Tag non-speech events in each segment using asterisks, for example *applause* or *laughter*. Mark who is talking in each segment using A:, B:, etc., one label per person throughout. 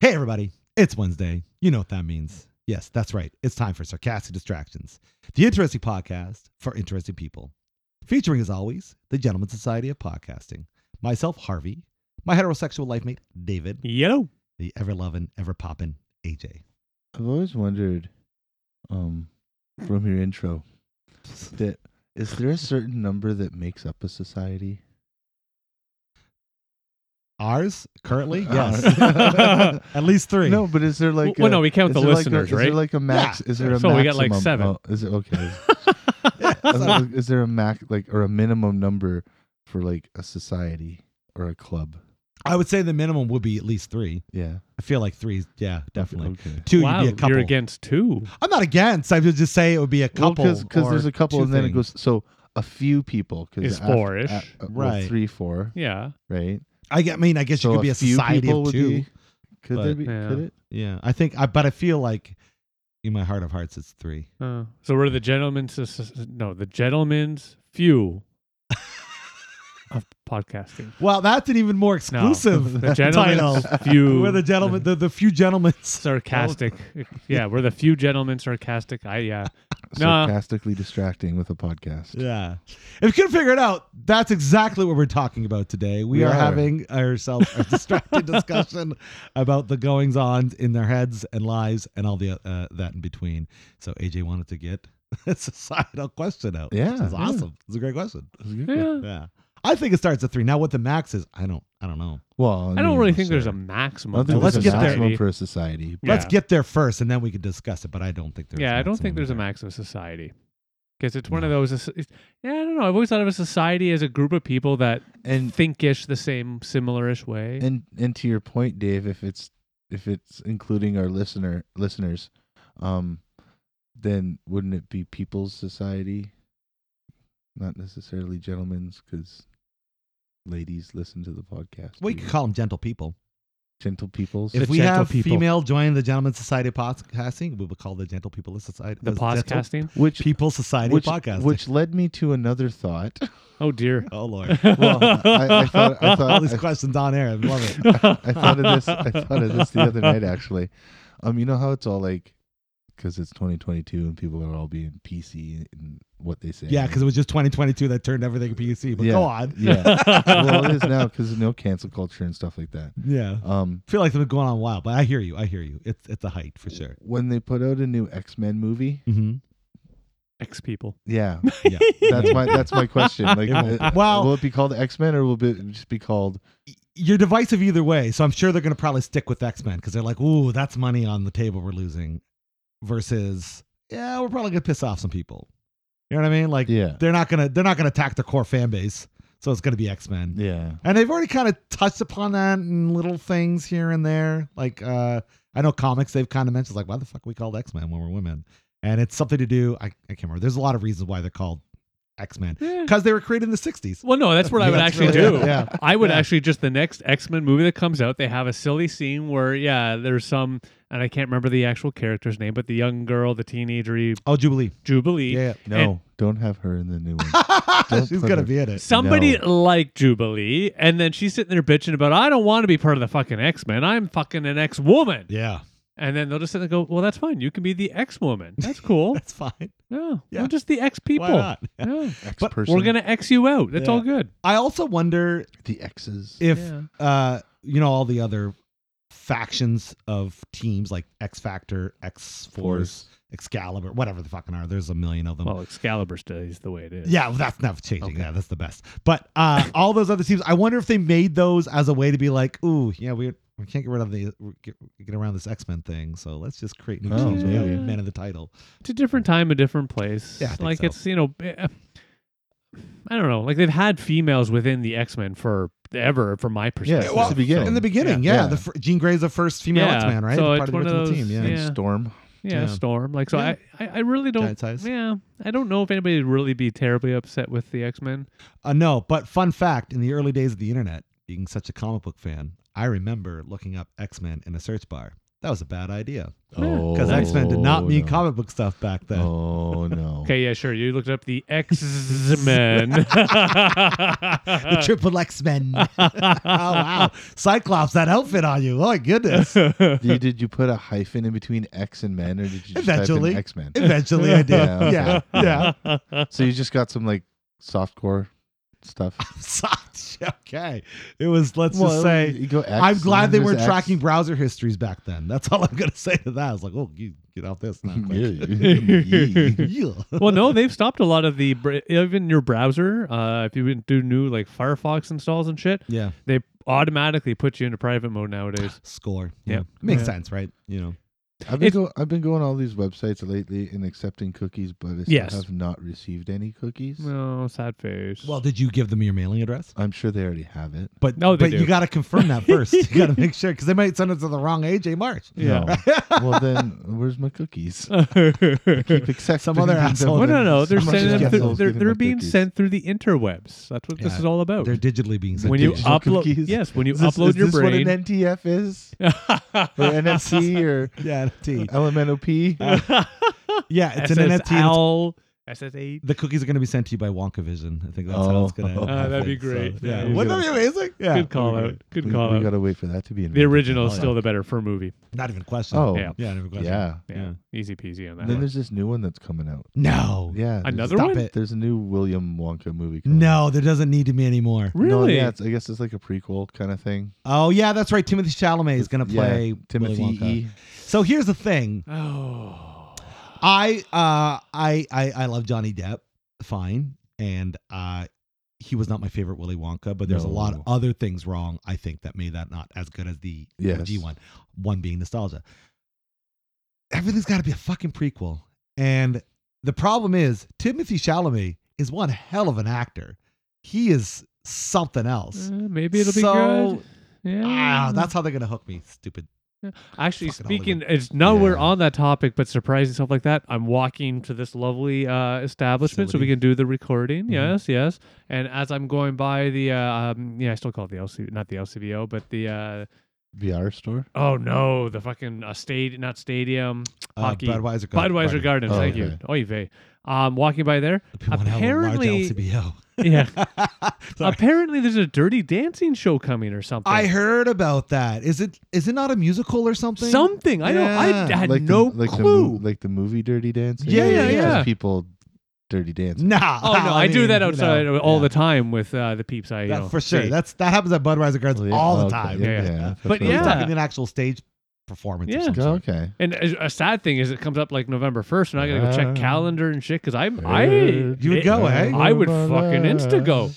A: Hey, everybody, it's Wednesday. You know what that means. Yes, that's right. It's time for Sarcastic Distractions, the interesting podcast for interesting people. Featuring, as always, the Gentleman Society of Podcasting, myself, Harvey, my heterosexual life mate, David,
B: Yo.
A: the ever loving, ever poppin' AJ.
C: I've always wondered, um,
A: Hmm.
C: from your intro, that is there a certain number that makes up a society?
A: Ours
C: *laughs*
A: currently, yes,
B: *laughs*
C: Uh,
A: at least three.
C: no, but is there like
B: well, no,
C: a-
B: we count
C: is
B: the
C: there like a-
B: listeners,
C: Is
B: right?
C: there like a max?
A: Yeah.
C: Is there a
B: So we got, like,
C: maximum-
B: seven.
C: oh, is it okay?
B: *laughs*
A: That's
C: Is
A: not-
C: there- is there a max like or a minimum number for like a society or a club?
A: I would say the minimum would be at least three.
C: Yeah,
A: I feel like three, yeah, definitely.
C: Okay.
A: Two,
B: wow,
A: you'd be a couple.
B: you're against two.
A: I'm not against. I would just say it would be a couple.
C: because
A: or
C: there's a couple,
A: two
C: and then it
A: things.
C: goes so a few people
B: Is
C: because
B: four-ish.
A: Right.
C: three four
B: Yeah.
C: right.
A: I get- I mean, I guess
C: So
A: you could be a,
C: few
A: society
C: people
A: of
C: would
A: two.
C: be- could there
A: but-
C: be?
B: Yeah.
C: Could it?
A: Yeah, I think I, but I feel like in my heart of hearts, it's three.
B: Uh, so we're the gentlemen's no, the gentlemen's few of podcasting.
A: Well, that's an even more
B: No,
A: exclusive
B: the
A: title.
B: gentlemen's few.
C: *laughs*
A: We're the gentlemen, the, the few gentlemen. *laughs*
B: sarcastic. yeah, we're the few gentlemen sarcastic. I yeah. Nah.
C: sarcastically distracting with a podcast.
A: Yeah, if you couldn't figure it out, that's exactly what we're talking about today. We,
C: We
A: are,
C: are.
A: having ourselves a distracted *laughs* discussion about the goings on in their heads and lives and all the uh, that in between. So AJ wanted to get *laughs* a societal question out. which
C: Yeah,
A: is
C: yeah.
A: awesome. It's a great question.
B: yeah.
A: Yeah. I think it starts at three. Now, what the max is, I don't, I don't know.
C: Well,
B: I don't
C: mean,
B: really think there's a
C: sorry.
B: maximum.
C: I don't think
A: Let's
C: there's
A: get
C: a
A: there.
C: maximum for a society. but-
A: Let's
B: Yeah.
A: get there first, and then we can discuss it. But I don't think there's.
B: Yeah, I don't
A: maximum
B: think there's a
A: there.
B: maximum society. Because it's one of those. It's, yeah, I don't know. I've always thought of a society as a group of people that
C: And
B: thinkish the same, similarish way.
C: and and to your point, Dave, if it's if it's including our listener listeners, um, then wouldn't it be people's society? Not necessarily gentlemen's, because ladies listen to the podcast.
A: We
C: too.
A: could call them gentle people.
C: gentle peoples.
B: The
A: if we
B: gentle
A: have
B: people.
A: female joining the Gentleman Society of podcasting, we would call the Gentle People Society.
B: the
A: Gentle
B: podcasting.
C: which
A: People Society
C: which,
A: podcast.
C: which led me to another thought.
B: Oh dear.
A: oh lord,
C: Well, I- I thought- I
A: all
C: thought-
A: these questions on air. I love it.
B: *laughs*
C: I thought of this. I thought of this the other night, actually. Um, you know how it's all like, because it's 2022 and people are all being PC and what they say.
A: Yeah, because it was just 2022 that turned everything PC. But
C: Yeah.
A: go on. *laughs*
C: yeah. well, it is now because there's no cancel culture and stuff like that.
A: Yeah,
C: Um,
A: I feel like they've been going on a while, but I hear you. I hear you. It's it's a height for sure.
C: when they put out a new X Men movie,
A: Mm-hmm.
B: *laughs* X people.
C: yeah,
A: *laughs* Yeah.
C: that's my that's
A: *laughs*
C: my question. Like,
A: It won't-
C: uh,
A: well-
C: will it be called X Men or will it be- just be called?
A: you're divisive either way. So I'm sure they're going to probably stick with X Men because they're like, ooh, that's money on the table we're losing. Versus, yeah, we're probably going to piss off some people. You know what I mean? Like
C: Yeah,
A: they're not gonna they're not gonna attack their core fan base. So it's going to be X Men.
C: yeah.
A: And they've already kind of touched upon that in little things here and there. Like uh, I know comics they've kind of mentioned like why the fuck are we called X Men when we're women, and it's something to do. I, I can't remember. There's a lot of reasons why they're called X Men
B: Yeah.
A: because they were created in the '60s.
B: Well, no, that's what I would
A: That's
B: actually
A: really- *laughs*
B: do.
C: Yeah.
B: I would
A: Yeah.
B: actually just the next X Men movie that comes out, they have a silly scene where, yeah, there's some, and I can't remember the actual character's name, but the young girl, the teenagery
A: Oh, Jubilee.
B: Jubilee.
A: Yeah,
C: No, don't have her in the
A: *laughs*
C: new one.
A: yeah.
C: *laughs* Don't
A: she's
C: put
A: gonna
C: her-
A: be in it.
B: Somebody like Jubilee, and then she's sitting there bitching about, I don't want to be part of the fucking X Men. I'm fucking an X woman.
A: Yeah,
B: And then they'll just sit there and go, Well, that's fine. You can be the X woman.
A: *laughs*
B: That's cool.
A: that's fine.
B: yeah.
A: Yeah.
B: We're just the X people.
A: Why not?
B: Yeah.
A: *laughs*
C: X
A: But
C: person.
B: We're going to X you out. That's
A: Yeah.
B: all good.
A: I also wonder
C: the X's.
A: if
B: Yeah.
A: uh, you know all the other factions of teams like X Factor, X Force, Excalibur, whatever the fucking are. There's a million of them.
B: Well, Excalibur stays the way it is.
A: yeah, well, that's not changing.
C: Okay.
A: Yeah, that's the best. But *laughs* uh, all those other teams, I wonder if they made those as a way to be like, ooh, yeah, we we can't get rid of the get, get around this X Men thing, so let's just create new
C: Oh,
A: teams with
B: maybe.
A: men in the title.
B: It's a different time, a different place.
A: Yeah, I think
B: like
A: so.
B: it's you know, eh, I don't know. Like they've had females within the X Men for ever, from my perspective.
C: since the beginning.
A: In the beginning, yeah,
C: Yeah.
A: the fr- Jean Grey's the first female
B: Yeah,
A: X Man, right? The
B: so it's
A: part of the
B: one of
A: original
B: those-
A: team,
B: yeah.
C: and Storm.
B: yeah,
A: yeah.
B: Storm. Like so,
A: Yeah.
B: I, I I really don't.
A: Giant size.
B: Yeah, I don't know if anybody would really be terribly upset with the X Men.
A: Uh, no, but fun fact: in the early days of the internet, being such a comic book fan, I remember looking up X Men in a search bar That was a bad idea because X Men did not mean
C: Oh, no.
A: comic book stuff back then.
C: Oh no.
B: Okay, yeah, sure. You looked up the X Men.
A: *laughs* *laughs*
B: *laughs*
A: The triple X Men. *laughs* oh wow, Cyclops, that outfit on you. Oh my goodness.
C: Do you- did you put a hyphen in between X and men, or did you just
A: Eventually.
C: type in X Men?
A: Eventually, I did.
C: *laughs* Yeah, okay.
A: *laughs* Yeah, yeah.
C: *laughs* So you just got some like softcore
A: *laughs*
C: stuff.
A: Such- okay, it was. Let's just
C: Well,
A: say
C: you go X,
A: I'm glad
C: and
A: they
C: then
A: weren't
C: there's X.
A: tracking browser histories back then. That's all I'm gonna say to that. I was like, oh, you get off this
C: *laughs*
A: now.
C: Yeah,
A: Like,
C: yeah, yeah.
A: yeah.
B: *laughs* well, no, they've stopped a lot of the br- even your browser. Uh, if you do new like Firefox installs and shit,
A: *laughs* Yeah.
B: they automatically put you into private mode nowadays.
C: *sighs*
A: Score.
B: Yeah.
A: Yeah. Makes
B: Yeah.
A: sense, right? You know.
C: I've been
B: If-
C: go- I've been going all these websites lately and accepting cookies, but I still
B: Yes.
C: have not received any cookies.
B: No, sad face. *laughs*
A: Well, did you give them your mailing address?
C: I'm sure they already have it.
A: But
B: No, they
A: but you
B: do.
A: got to confirm
B: *laughs*
A: that first. you got to make sure because they might send it to the wrong AJ March.
B: yeah.
A: *laughs*
C: No. well then, where's my cookies? Keep *laughs* accepting
A: Some other
C: them,
A: asshole.
B: Well, no, no, they're
A: How much
B: sending
A: is Jeff
B: them through,
A: Bezos
B: they're, they're being sent through the interwebs. That's what
A: Yeah.
B: this is all about.
A: Oh, They're digitally being sent.
B: when you
A: to
C: digital
B: upload, *laughs*
C: cookies.
B: yes, when you
C: Is this,
B: upload
C: is
B: your
C: this
B: brain,
C: what an NTF
B: *laughs*
C: is or NFC *laughs* or
A: you. *laughs* yeah, NFT.
C: LMNOP.
A: Yeah, it's an NFT. and it's-
B: SSL, SSH.
A: the cookies are going to be sent to you by WonkaVision. I think that's how it's
B: *laughs*
A: going to.
C: Oh.
B: Uh, that'd be great. Yeah,
A: yeah,
B: he's
A: wouldn't that be amazing? Yeah,
B: Good call out. Good
C: we,
B: call
C: we Oh,
B: out.
C: gotta wait for that to be
B: the
C: invented.
B: original is
A: yeah.
B: still the better for a movie.
A: Not even a question.
C: Oh
B: Yeah.
C: yeah.
A: yeah, not even a question.
C: yeah.
B: Yeah. Easy peasy on that.
C: And then
B: one.
C: there's this new one that's coming out.
A: No.
C: Yeah. there's-
B: Another
A: Stop
B: one?
A: it.
C: There's a new William Wonka movie. Coming out.
A: No, there doesn't need to be anymore.
C: No,
B: Really?
C: yeah, it's, I guess it's like a prequel kind of thing.
A: Oh yeah, that's right. Timothy Chalamet is going to
C: Yeah,
A: play Willy
C: Timothy
A: Wonka.
C: E.
A: So here's the thing.
B: oh.
A: I uh I I, I love Johnny Depp, fine, and uh he was not my favorite Willy Wonka, but there's a lot of
C: No.
A: other things wrong. I think that made that not as good as the
C: Yes.
A: OG one. One being nostalgia. Everything's got to be a fucking prequel, and the problem is Timothy Chalamet is one hell of an actor. He is something else.
B: Uh, maybe it'll be
A: So-
B: good. Yeah.
A: Ah, that's how they're gonna hook me. Stupid.
B: Actually,
A: Fucking
B: speaking, it's nowhere
C: Yeah.
B: on that topic, but surprising stuff like that. I'm walking to this lovely uh, establishment so we
A: Facility.
B: can do the recording.
A: Mhm.
B: Yes, yes. And as I'm going by the, uh, um, yeah, I still call it the LC, not the LCBO, but the, uh,
C: VR store.
B: oh no, the fucking uh, stadium, not stadium,
A: Uh,
B: Hockey.
A: Budweiser. Uh,
B: Budweiser Garden.
C: Oh,
B: Thank
C: okay.
B: you. Oy vey. Um, walking by there. Apparently-
A: Apparently, large
B: Yeah.
A: LCBO. *laughs* Sorry.
B: Apparently, there's a Dirty Dancing show coming or something.
A: I heard about that. Is it is it not a musical or something?
B: something. I don't. I
A: Yeah.
B: had
C: like
B: no
C: the, like The,
B: clue.
C: mo- like the movie Dirty Dancing.
A: Yeah, yeah,
C: It's just
B: yeah.
C: People dirty dancing.
A: Nah.
B: oh no,
A: *laughs*
B: I, do
A: mean,
B: that
A: you
B: outside
A: know,
B: all
A: yeah.
B: the time with uh, the peeps. I you
A: That-
B: know,
A: for sure.
B: see.
A: That's that happens at Budweiser Gardens
C: Oh, yeah.
A: all the
C: Okay,
A: time.
B: yeah.
C: that's
B: But
C: what I
A: We're
B: yeah.
C: thought.
A: talking an actual stage performance.
B: Yeah.
A: Or something.
C: Go,
A: *laughs*
C: okay.
B: and a a sad thing is it comes up like November first, and I gotta go
C: Ah.
B: check calendar and shit because I'm I
C: You
A: would
B: it-
A: Uh, go, eh?
B: I would fucking insta go.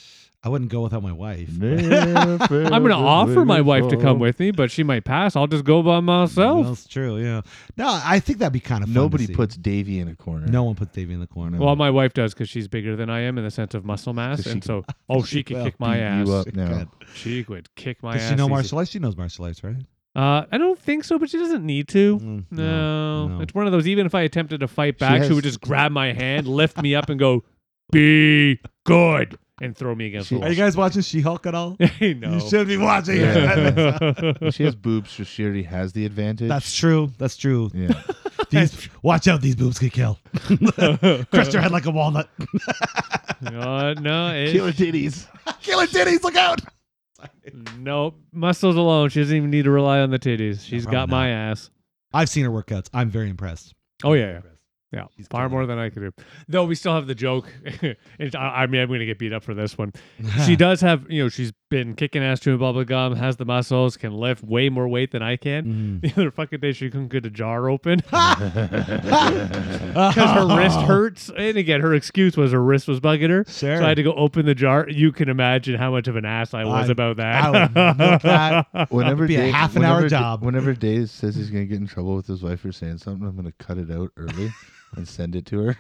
A: I wouldn't go without my wife.
B: I'm
C: I'm
B: gonna offer my wife to come with me, but she might pass. I'll just go by myself.
A: That's true. Yeah. No, I think that'd be kind of fun to
C: Nobody
A: see.
C: puts Davy in a corner. *laughs*
A: No one puts Davey in the corner.
B: Well, my wife does because she's bigger than I am in the sense of muscle mass,
C: she
B: and
C: could-
B: so oh, she could
A: well
B: kick my
C: beat you
B: ass.
C: up now.
B: She would kick my
A: Does
B: ass.
A: she know
B: easy.
A: martial arts? She knows martial arts, right?
B: Uh, I don't think so, but she doesn't need to.
A: Mm,
B: No,
A: no.
B: it's one of those. Even if I attempted to fight back, she, would
C: has-
B: just grab my hand, lift me up, and go, "Be good," and throw me against
C: She-
B: the wall. *laughs*
A: Are you guys watching She-Hulk at all?
B: no.
A: You should be watching *laughs*
B: *laughs*
A: it.
C: Well, she has boobs, so she already has the advantage.
A: That's true. That's true. *laughs*
C: yeah.
A: These watch out. These boobs could kill. Crush your head like a walnut.
B: Uh, *laughs* no,
C: Killer
B: it,
C: titties.
A: *laughs* Killer titties, look out!
B: no muscles alone. She doesn't even need to rely on the titties. She's
A: probably
B: got my ass.
A: I've seen her workouts. I'm very impressed.
B: Oh yeah, yeah. Yeah,
A: She's
B: far
A: killing
B: more than I could do. Though we still have the joke. *laughs* It's- I, I mean, I'm going to get beat up for
A: *sighs*
B: this one.
A: *laughs*
B: she does have, you know, she's been kicking ass chewing bubble gum, has the muscles, can lift way more weight than I can.
A: Mm.
B: *laughs* The other fucking day, she couldn't get a jar open *laughs*
A: Because
B: because her wrist hurts. And again, her excuse was her wrist was bugging her.
A: *laughs* Sure.
B: So I had to go open the jar. You can imagine how much of an ass I was
A: I-
B: about that.
A: *laughs* I
B: *laughs*
A: would milk that.
C: Whenever
A: be a
C: Dave-
A: half an hour
C: whenever Da-
A: job. *laughs*
C: whenever Dave says he's gonna get in trouble with his wife for saying something, I'm gonna cut it out early and send it to her.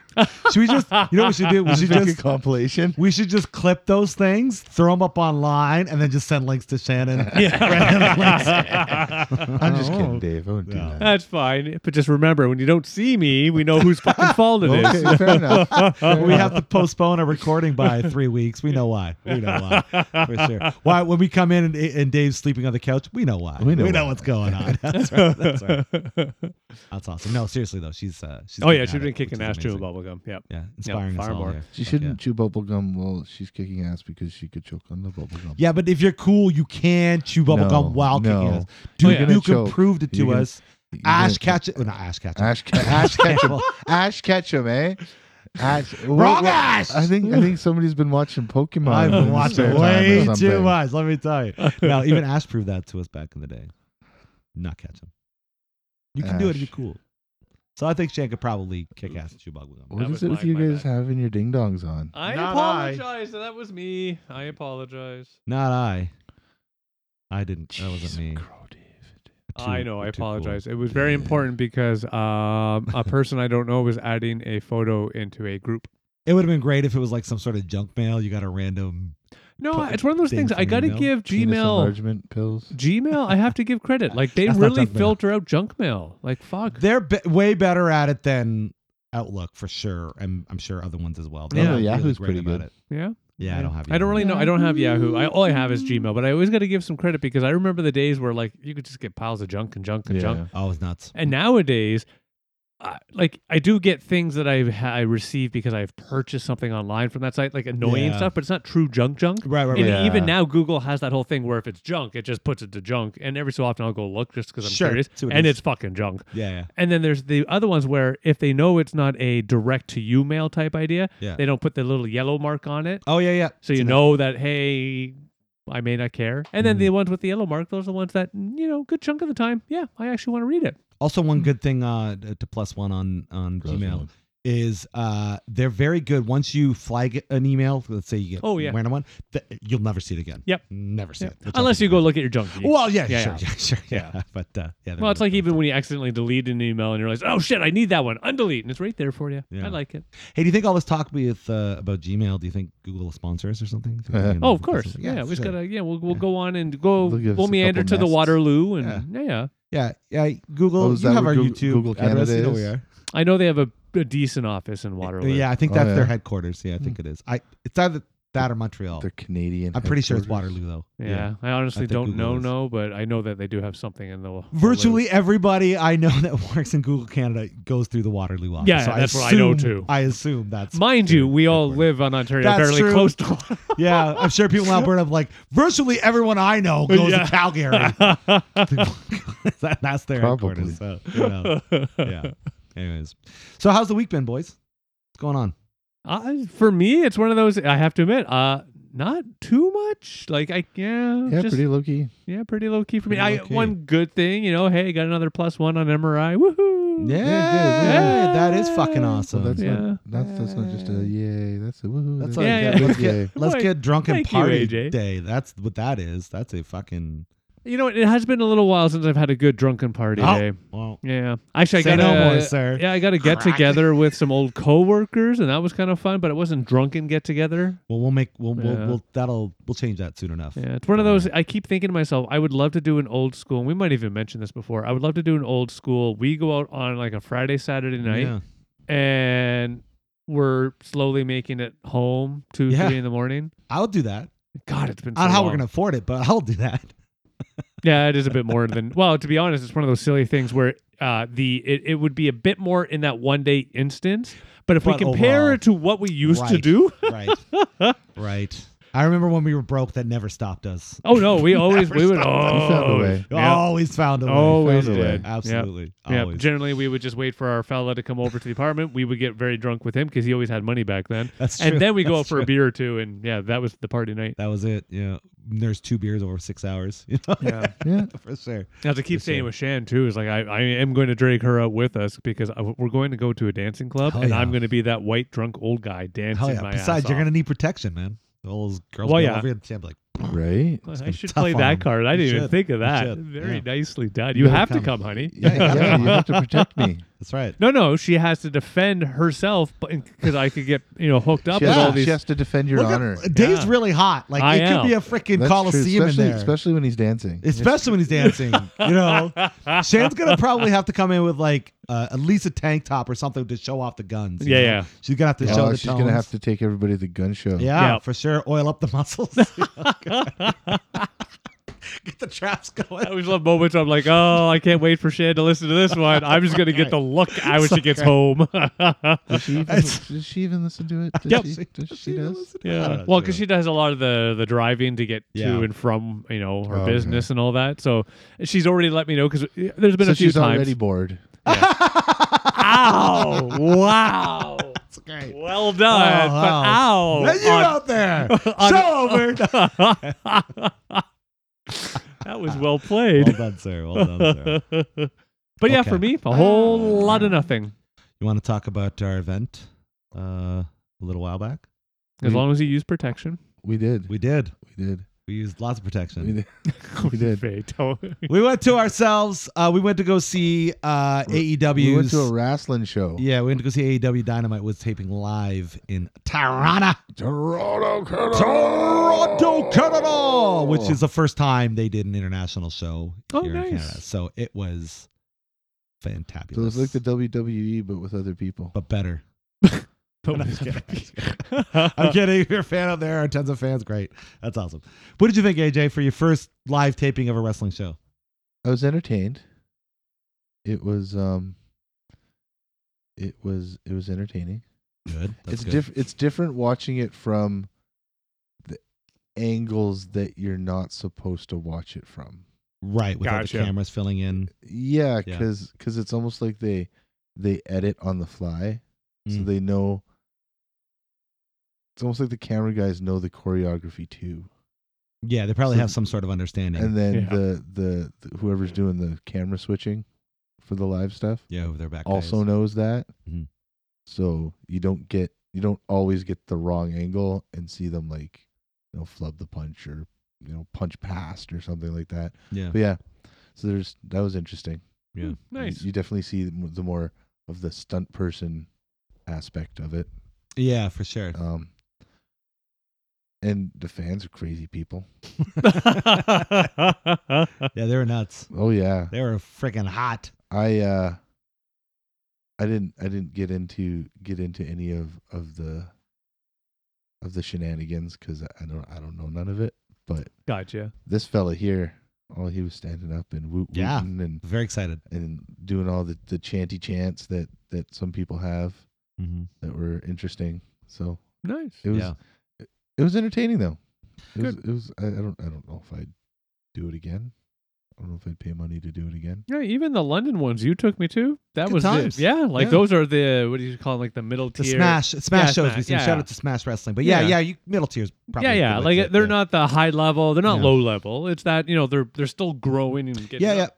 A: Should we just, you know what we should do?
B: *laughs*
A: We should
C: Make a
A: just, *laughs*
C: compilation.
A: we should just clip those things, throw them up online, and then just send links to
B: *laughs*
A: Shannon.
B: Yeah.
C: I'm just
A: Oh.
C: kidding, Dave. I wouldn't do
A: No.
C: that.
B: That's fine. But just remember, when you don't see me, we know whose fucking
A: *laughs*
B: fault it is.
C: okay, fair enough.
A: we have
C: *laughs*
A: to postpone a recording by three weeks. We know why. We know why. For sure. Why when we come in and, and Dave's sleeping on the couch, we know why.
C: We know why.
A: what's going
C: *laughs*
A: on. That's right. That's right. That's awesome. No, seriously though, she's uh, she's
B: oh,
A: getting
B: yeah.
A: at
B: She's been
A: it,
B: kicking
A: which is
B: ass chewing
A: amazing.
B: bubblegum. Yep.
A: Yeah, inspiring us
B: far
A: all
B: more.
A: here.
C: She
A: Fuck
C: shouldn't
A: Yeah.
C: chew bubble gum while she's kicking ass because she could choke on the bubble gum.
A: Yeah, but if you're cool, you can chew bubblegum
C: No,
A: gum while
C: no.
A: kicking ass. Dude,
B: yeah.
A: you
C: You're
A: can
C: gonna choke.
A: prove it to
C: You're gonna-
A: us.
C: You're
A: Ash
C: gonna-
A: catch it. not Ash catch
C: Ash, Ke- Ash
A: *laughs*
C: Ketchum. Ash Ketchum, eh? Ash. Wrong
A: Ash!
C: I think I think somebody's been watching Pokemon.
A: I've
C: in
A: been
C: his
A: watching
C: spare time or
A: way too
C: something.
A: much. Let me tell you.
C: *laughs*
A: Now, even Ash proved that to us back in the day. Not catch him. You can do it.
C: Ash.
A: It'd be cool. So I think Shan could probably kick ass and chew bug with him.
C: What
B: That
C: is
B: was
C: it with
B: mine,
C: you
B: my
C: guys having your ding dongs on?
B: I
A: Not
B: apologize. That was me. I apologize.
A: Not I. I didn't. That wasn't me. Too-
B: I know. I
A: too cool.
B: apologize. It was very important because um, a person I don't know was adding a photo into a group.
A: It would have been great if it was like some sort of junk mail. You got a random.
B: No,
A: Put
B: it's one of those
A: thing
B: things.
A: from
B: I got to
A: email?
B: give
C: Penis
B: Gmail.
C: enlargement pills.
B: Gmail, I have to give credit.
A: *laughs*
B: Like they
A: That's not
B: really
A: junk mail.
B: filter out junk mail. Like fuck.
A: They're be- way better at it than Outlook for sure, and I'm sure other ones as well. They're
B: Yeah.
A: really
C: Yahoo's
A: great
C: pretty
A: about
C: good.
A: it.
B: Yeah.
A: Yeah, I don't have.
B: I don't
A: Yahoo.
B: really know. I don't have Yahoo. I all I have is Gmail, but I always got to give some credit because I remember the days where like you could just get piles of junk and junk and junk.
A: Oh, it's nuts.
B: And nowadays, I, like I do get things that I ha- I receive because I've purchased something online from that site, like annoying
A: Yeah.
B: stuff, but it's not true junk junk.
A: Right, right,
B: And
A: right.
C: Yeah.
B: even now, Google has that whole thing where if it's junk, it just puts it to junk. And every so often, I'll go look just because I'm
A: Sure,
B: curious,
A: see what it
B: and
A: is.
B: it's fucking junk.
A: Yeah, yeah.
B: And then there's the other ones where if they know it's not a direct to you mail type idea,
A: Yeah.
B: they don't put the little yellow mark on it.
A: Oh yeah, yeah.
B: So you know that, hey, I may not care. And
A: Mm.
B: then the ones with the yellow mark, those are the ones that, mm, you know, good chunk of the time, yeah, I actually want to read it.
A: Also, one good thing uh, to to plus one on on
C: Plus
A: Gmail
C: one.
A: is uh, they're very good. Once you flag an email, let's say you get
B: Oh, yeah.
A: random one, th- you'll never see it again.
B: Yep.
A: never see it. which I
B: Unless
A: think
B: you go
A: is-
B: look at your junk. Gene.
A: Well, yeah, sure,
B: Yeah, yeah.
A: yeah, *laughs* sure, yeah. But uh, yeah, they're
B: well, it's
A: really
B: like
A: good.
B: even when you accidentally delete an email and you realize, oh shit, I need that one. Undelete. And it's right there for you.
A: Yeah.
B: I like it.
A: Hey, do you think all this talk with uh, about Gmail? Do you think Google will sponsor us or
C: *laughs*
A: something? Do you think, you know,
B: Oh, of
A: that's-
B: course.
A: Yeah,
B: Yeah, we just
A: sure.
B: gotta yeah, we'll we'll
A: Yeah.
B: go on and go
C: They'll give
B: we'll
C: us a
B: meander
C: couple
B: to the
C: nests.
B: Waterloo and yeah.
A: Yeah, yeah. Google,
C: Oh, is
A: you
C: that
A: have
C: where
A: our
C: Goog-
A: YouTube
C: Google
A: address.
C: Canada
A: You know
C: is?
A: where
B: I know they have a, a decent office in
A: we
B: Waterloo.
A: are. Yeah, I think
C: Oh,
A: that's their
C: yeah. Hmm.
A: headquarters. Yeah, I think it is. I it's either that or Montreal.
C: They're Canadian.
A: I'm pretty sure it's
C: headquarters.
A: Waterloo though.
B: Yeah. I honestly
A: think
B: don't
A: Google
B: know
A: is.
B: no, but I know that they do have something in the Waterloo.
A: Virtually everybody I know *laughs* that works in Google Canada goes through the Waterloo office.
B: Yeah,
A: so I
B: that's what I know,
A: assume-
B: too.
A: I assume that's
B: Mind you, we all live on Ontario,
A: That's
B: fairly
A: true.
B: close to Waterloo.
A: *laughs* Yeah, I'm sure people in Alberta have like virtually everyone I know goes
B: Yeah.
A: to Calgary.
B: *laughs*
A: *laughs* That- that's their
C: Probably.
A: headquarters. So, you know, yeah. Anyways, so how's the week been, boys? What's going on?
B: *laughs* I- for me, it's one of those. I have to admit, uh, not too much. Like I yeah,
C: Yeah,
B: just,
C: pretty low key.
B: yeah, pretty low key for me.
C: Pretty
B: I
C: low-key.
B: one good thing, you know. Hey, got another plus one on MRI. Woohoo!
A: Yeah,
B: yeah.
A: that is fucking awesome.
C: Well, that's
B: Yeah.
C: not that's that's not just a yay. That's a woohoo.
A: That's
B: Yeah,
A: like
B: yeah.
A: let's
C: Yay.
A: get let's
B: Wait,
A: get drunk and
B: thank you,
A: party
B: AJ.
A: day. That's what that is. That's a fucking
B: You know, it has been a little while since I've had a good drunken party eh?
A: Oh.
B: day.
A: well.
B: Yeah, actually, I
A: Say
B: got
A: no
B: a,
A: more, sir.
B: Yeah, I got to get
A: Crack.
B: together with some old coworkers, and that was kind of fun. But it wasn't drunken get together.
A: Well, we'll make we'll,
B: Yeah.
A: we'll, we'll that'll we'll change that soon enough.
B: Yeah, it's one of those. I keep thinking to myself, I would love to do an old school. And we might even mention this before. I would love to do an old school. We go out on like a Friday, Saturday night,
A: Yeah.
B: and we're slowly making it home two,
A: Yeah.
B: three in the morning.
A: I'll do that.
B: God, it's been.
A: I don't
B: so
A: know how we're
B: long.
A: gonna afford it, but I'll do that.
B: *laughs* Yeah, it is a bit more than. *laughs* Well, to be honest, it's one of those silly things where uh, the it, it would be a bit more in that one day instance. But if
A: But
B: we compare
A: overall,
B: it to what we used to
A: right.
B: do,
A: Right.
B: *laughs*
A: right. I remember when we were broke, that never stopped
B: *laughs*
A: us.
B: oh
A: *laughs*
B: no, we always we would
C: You found a
B: always,
C: way.
B: yeah,
A: Always found a way.
B: always
C: found a way.
B: did
A: Absolutely.
B: Yeah,
A: Always.
B: generally we would just wait for our fella to come over to the apartment. We would get very drunk with him because he always had money back then,
A: *laughs* That's true.
B: and then we go
A: That's
B: out for a
A: true.
B: beer or two, and yeah, that was the party night.
A: That was it. Yeah. There's two beers over six hours. *laughs* You know?
B: Yeah,
C: Yeah.
A: For sure.
B: now to keep
A: For
B: saying
A: sure.
B: with Shan too is like I, I am going to drag her out with us because I, we're going to go to a dancing club,
A: Hell
B: and
A: yeah.
B: I'm going to be that white drunk old guy dancing
A: Hell yeah.
B: my
A: Besides,
B: ass
A: you're
B: off.
A: gonna need protection, man. All those girls
B: Well,
A: go
B: yeah.
A: over here and be like, *laughs*
C: right?
B: I should
A: tough
B: play
A: on
B: that
A: him.
B: card. I
A: You
B: didn't even
A: should.
B: think of
A: You
B: that.
A: should.
B: Very
A: Yeah.
B: nicely done.
A: You
B: You
A: gotta
B: have to
A: come.
B: come, honey.
C: Yeah, exactly. You have to protect me.
A: *laughs* That's right.
B: No, no, she has to defend herself, because I could get you know hooked up
C: She
B: with
C: has,
A: Yeah.
B: all
C: she
B: these.
C: has to defend your
A: Look at-
C: honor.
A: Dave's
B: Yeah.
A: really hot. Like
B: I
A: it could be a
B: am.
A: freaking
C: That's true,
A: coliseum in there,
C: especially-
A: especially,
C: especially when he's dancing.
A: when he's dancing. you *laughs* know, Shane's gonna probably have to come in with like uh, at least a tank top or something to show off the guns. you
B: Yeah,
A: know?
B: yeah.
A: She's gonna have to
C: Oh,
A: show the
C: she's gonna have
A: tones.
C: to take everybody to the gun show.
A: Yeah,
B: Yeah.
A: for sure. Oil up the muscles. *laughs* Get the traps
B: *laughs* I
A: going.
B: always love moments where I'm like, oh, I can't wait for Shan to listen to this one. I'm just gonna
A: *laughs*
B: get the look out when she gets home. *laughs*
C: Does she even,
A: It's-
C: does she even listen to it? Does
B: Yep.
C: she, does she, does.
B: Yeah. Well,
A: *laughs*
B: because she does a lot of the the driving to get
A: Yeah. Oh,
B: to and from you know her
C: Okay.
B: business and all that. So she's already let me know because there's been
C: so
B: a few
C: she's
B: times.
C: already bored.
B: ow!
A: *laughs*
B: Wow!
A: That's great.
B: Well done.
A: Oh,
B: but ow!
A: Hey, you
B: on-
A: out *laughs* there,
B: on-
A: show *laughs* over.
B: that was well
A: well
B: played.
A: done, sir. Well done, *laughs* sir.
B: *laughs* but
A: Okay.
B: yeah,
A: Um,
B: for me, a whole lot of nothing.
A: You want to talk about our event uh, a little while back?
B: As
C: We-
B: long as you
A: *laughs*
B: use protection.
C: We did.
A: We did.
C: We did.
A: We used lots of
C: We
A: protection.
C: did. We did.
B: Fate.
A: *laughs*
B: Oh.
A: We went to ourselves. Uh, we went to go see uh, AEW's.
C: We went to a wrestling show.
A: yeah, we went to go see AEW Dynamite was taping live in Toronto,
C: Toronto, Canada.
A: Toronto, Canada, which is the first time they did an international show
B: Oh,
A: here in
B: nice.
A: Canada. So it was fantastic.
C: So it's like the WWE, but with other people.
A: but better.
B: *laughs* I'm
A: I'm just kidding. I'm just *laughs* I'm kidding. If you're a fan out there, our tons of fans, great. That's awesome. What did you think, AJ, for your first live taping of a wrestling show?
C: I was entertained. It was um. It was it was entertaining.
A: Good.
C: it's different. It's different watching it from the angles that you're not supposed to watch it from.
A: Right, without
B: Gotcha.
A: the cameras filling in.
C: Yeah,
A: Yeah.
C: because it's almost like they they edit on the fly, so
A: Mm.
C: they know. It's almost like the camera guys know the choreography too,
A: Yeah, they probably
C: So-
A: have some sort of understanding.
C: and then
B: Yeah.
C: the, the the whoever's doing the camera switching for the live stuff
A: yeah, over their back.
C: also
A: guys.
C: knows that,
A: Mhm.
C: so you don't get you don't always get the wrong angle and see them like you know flub the punch or you know punch past or something like that.
A: Yeah.
C: But yeah, so there's that was interesting.
A: Yeah.
C: you-
A: *laughs*
B: Nice. *laughs*
C: You definitely see the mo- the more of the stunt person aspect of it.
A: Yeah, for sure.
C: Um, and the fans are crazy people.
A: Yeah, they were nuts.
C: Oh yeah,
A: They were freaking hot.
C: I uh, I didn't I didn't get into get into any of of the of the shenanigans because I don't I don't know none of it. But
B: gotcha.
C: this fella here, oh, he was standing up and woot
A: Yeah.
C: wooting and
A: Very excited.
C: and doing all the the chanty chants that that some people have
A: Mm-hmm.
C: that were interesting. So
B: Nice.
C: It was
A: Yeah.
C: it, it was entertaining though. It was it was I, I don't I don't know if I'd do it again. I don't know if I'd pay money to do it again.
B: Yeah, even the London ones you took me to. That
A: Good
B: was
A: times.
B: it. Yeah, like
A: Yeah.
B: those are the what do you call them, like the middle
A: The
B: tier.
A: Smash, Smash
B: Yeah,
A: shows
B: Smash,
A: we seen.
B: yeah.
A: Shout out to Smash Wrestling. But yeah, yeah,
B: Yeah.
A: you middle tiers. Probably
B: yeah, yeah,
A: good,
B: like
A: yeah,
B: they're
A: yeah.
B: not the high level. They're not
A: Yeah.
B: low level. It's that you know they're they're still growing and getting.
A: Yeah, yeah.
B: up.